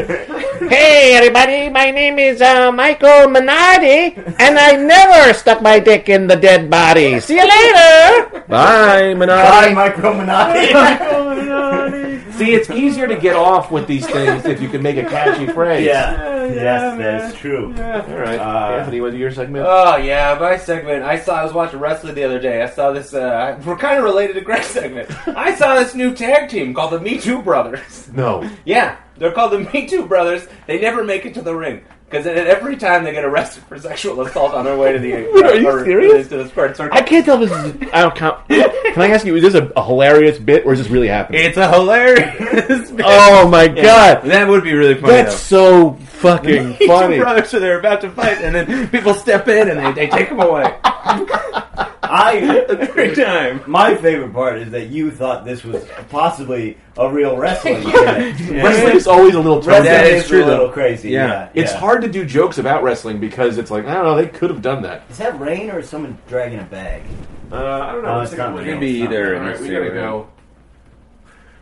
[SPEAKER 2] Hey, everybody, my name is uh, Michael Minardi, and I never stuck my dick in the dead body. See you later. Bye,
[SPEAKER 3] Hi,
[SPEAKER 2] Minardi.
[SPEAKER 3] Micro Minaj.
[SPEAKER 2] See, it's easier to get off with these things if you can make a catchy phrase.
[SPEAKER 3] yeah. Yes, that's true.
[SPEAKER 2] All right.
[SPEAKER 3] Uh,
[SPEAKER 2] Anthony, was it your segment?
[SPEAKER 1] Oh yeah, my segment. I saw. I was watching wrestling the other day. I saw this. Uh, we're kind of related to Greg's segment. I saw this new tag team called the Me Too Brothers.
[SPEAKER 2] no.
[SPEAKER 1] Yeah, they're called the Me Too Brothers. They never make it to the ring because every time they get arrested for sexual assault on their way to the uh,
[SPEAKER 2] Are you
[SPEAKER 1] or-
[SPEAKER 2] serious?
[SPEAKER 1] to the squared circle.
[SPEAKER 2] I can't tell if this is. I don't count. Can I ask you, is this a, a hilarious bit, or is this really happening?
[SPEAKER 1] It's a hilarious.
[SPEAKER 2] Oh, my God.
[SPEAKER 1] That would be really funny.
[SPEAKER 2] That's so fucking
[SPEAKER 1] though.
[SPEAKER 2] funny.
[SPEAKER 1] Two brothers, so they're about to fight, and then people step in and they, they take them away
[SPEAKER 3] I
[SPEAKER 1] every time.
[SPEAKER 3] My favorite part is that you thought this was possibly a real wrestling event.
[SPEAKER 2] Wrestling is always a little tongue
[SPEAKER 3] Wrestling
[SPEAKER 1] That
[SPEAKER 2] down.
[SPEAKER 1] is
[SPEAKER 3] is
[SPEAKER 1] true,
[SPEAKER 3] a little
[SPEAKER 1] though.
[SPEAKER 3] crazy. Yeah,
[SPEAKER 1] Yeah.
[SPEAKER 2] It's
[SPEAKER 3] yeah.
[SPEAKER 2] hard to do jokes about wrestling because it's like I don't know. They could have done that.
[SPEAKER 3] Is that rain or is someone dragging a bag?
[SPEAKER 2] Uh, I don't
[SPEAKER 3] know. Uh, Oh, it's not raining.
[SPEAKER 1] Maybe either.
[SPEAKER 2] All right, we gotta go.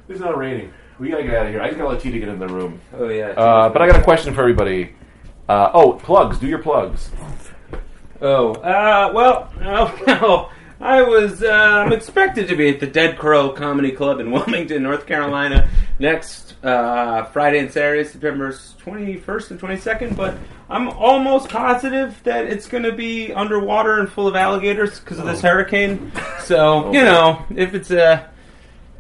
[SPEAKER 2] It's not raining. We gotta get out of here. I just gotta let Tina get in the room.
[SPEAKER 1] Oh yeah.
[SPEAKER 2] Uh, but I got a question for everybody. Uh, oh, plugs. Do your plugs.
[SPEAKER 1] Oh, uh, well, oh, no. I was um, expected to be at the Dead Crow Comedy Club in Wilmington, North Carolina, next uh, Friday and Saturday, September 21st and 22nd, but I'm almost positive that it's going to be underwater and full of alligators because of this hurricane. So, you know, if it's uh,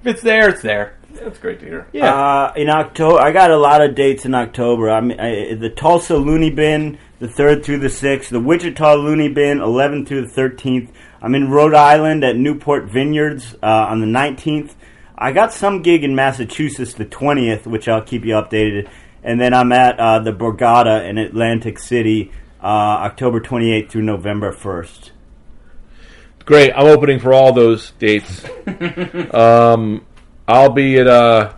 [SPEAKER 1] if it's there, it's there.
[SPEAKER 2] That's great to hear.
[SPEAKER 1] Yeah.
[SPEAKER 3] Uh, in October, I got a lot of dates in October. I'm I, the Tulsa Looney Bin, the third through the sixth, the Wichita Looney Bin, 11th through the 13th. I'm in Rhode Island at Newport Vineyards uh, on the 19th. I got some gig in Massachusetts the 20th, which I'll keep you updated. And then I'm at uh, the Borgata in Atlantic City, uh, October 28th through November 1st.
[SPEAKER 2] Great. I'm opening for all those dates. um, I'll be at uh,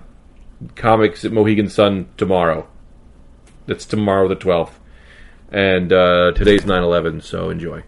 [SPEAKER 2] comics at Mohegan Sun tomorrow. That's tomorrow the 12th. And uh, today's 9 11, so enjoy.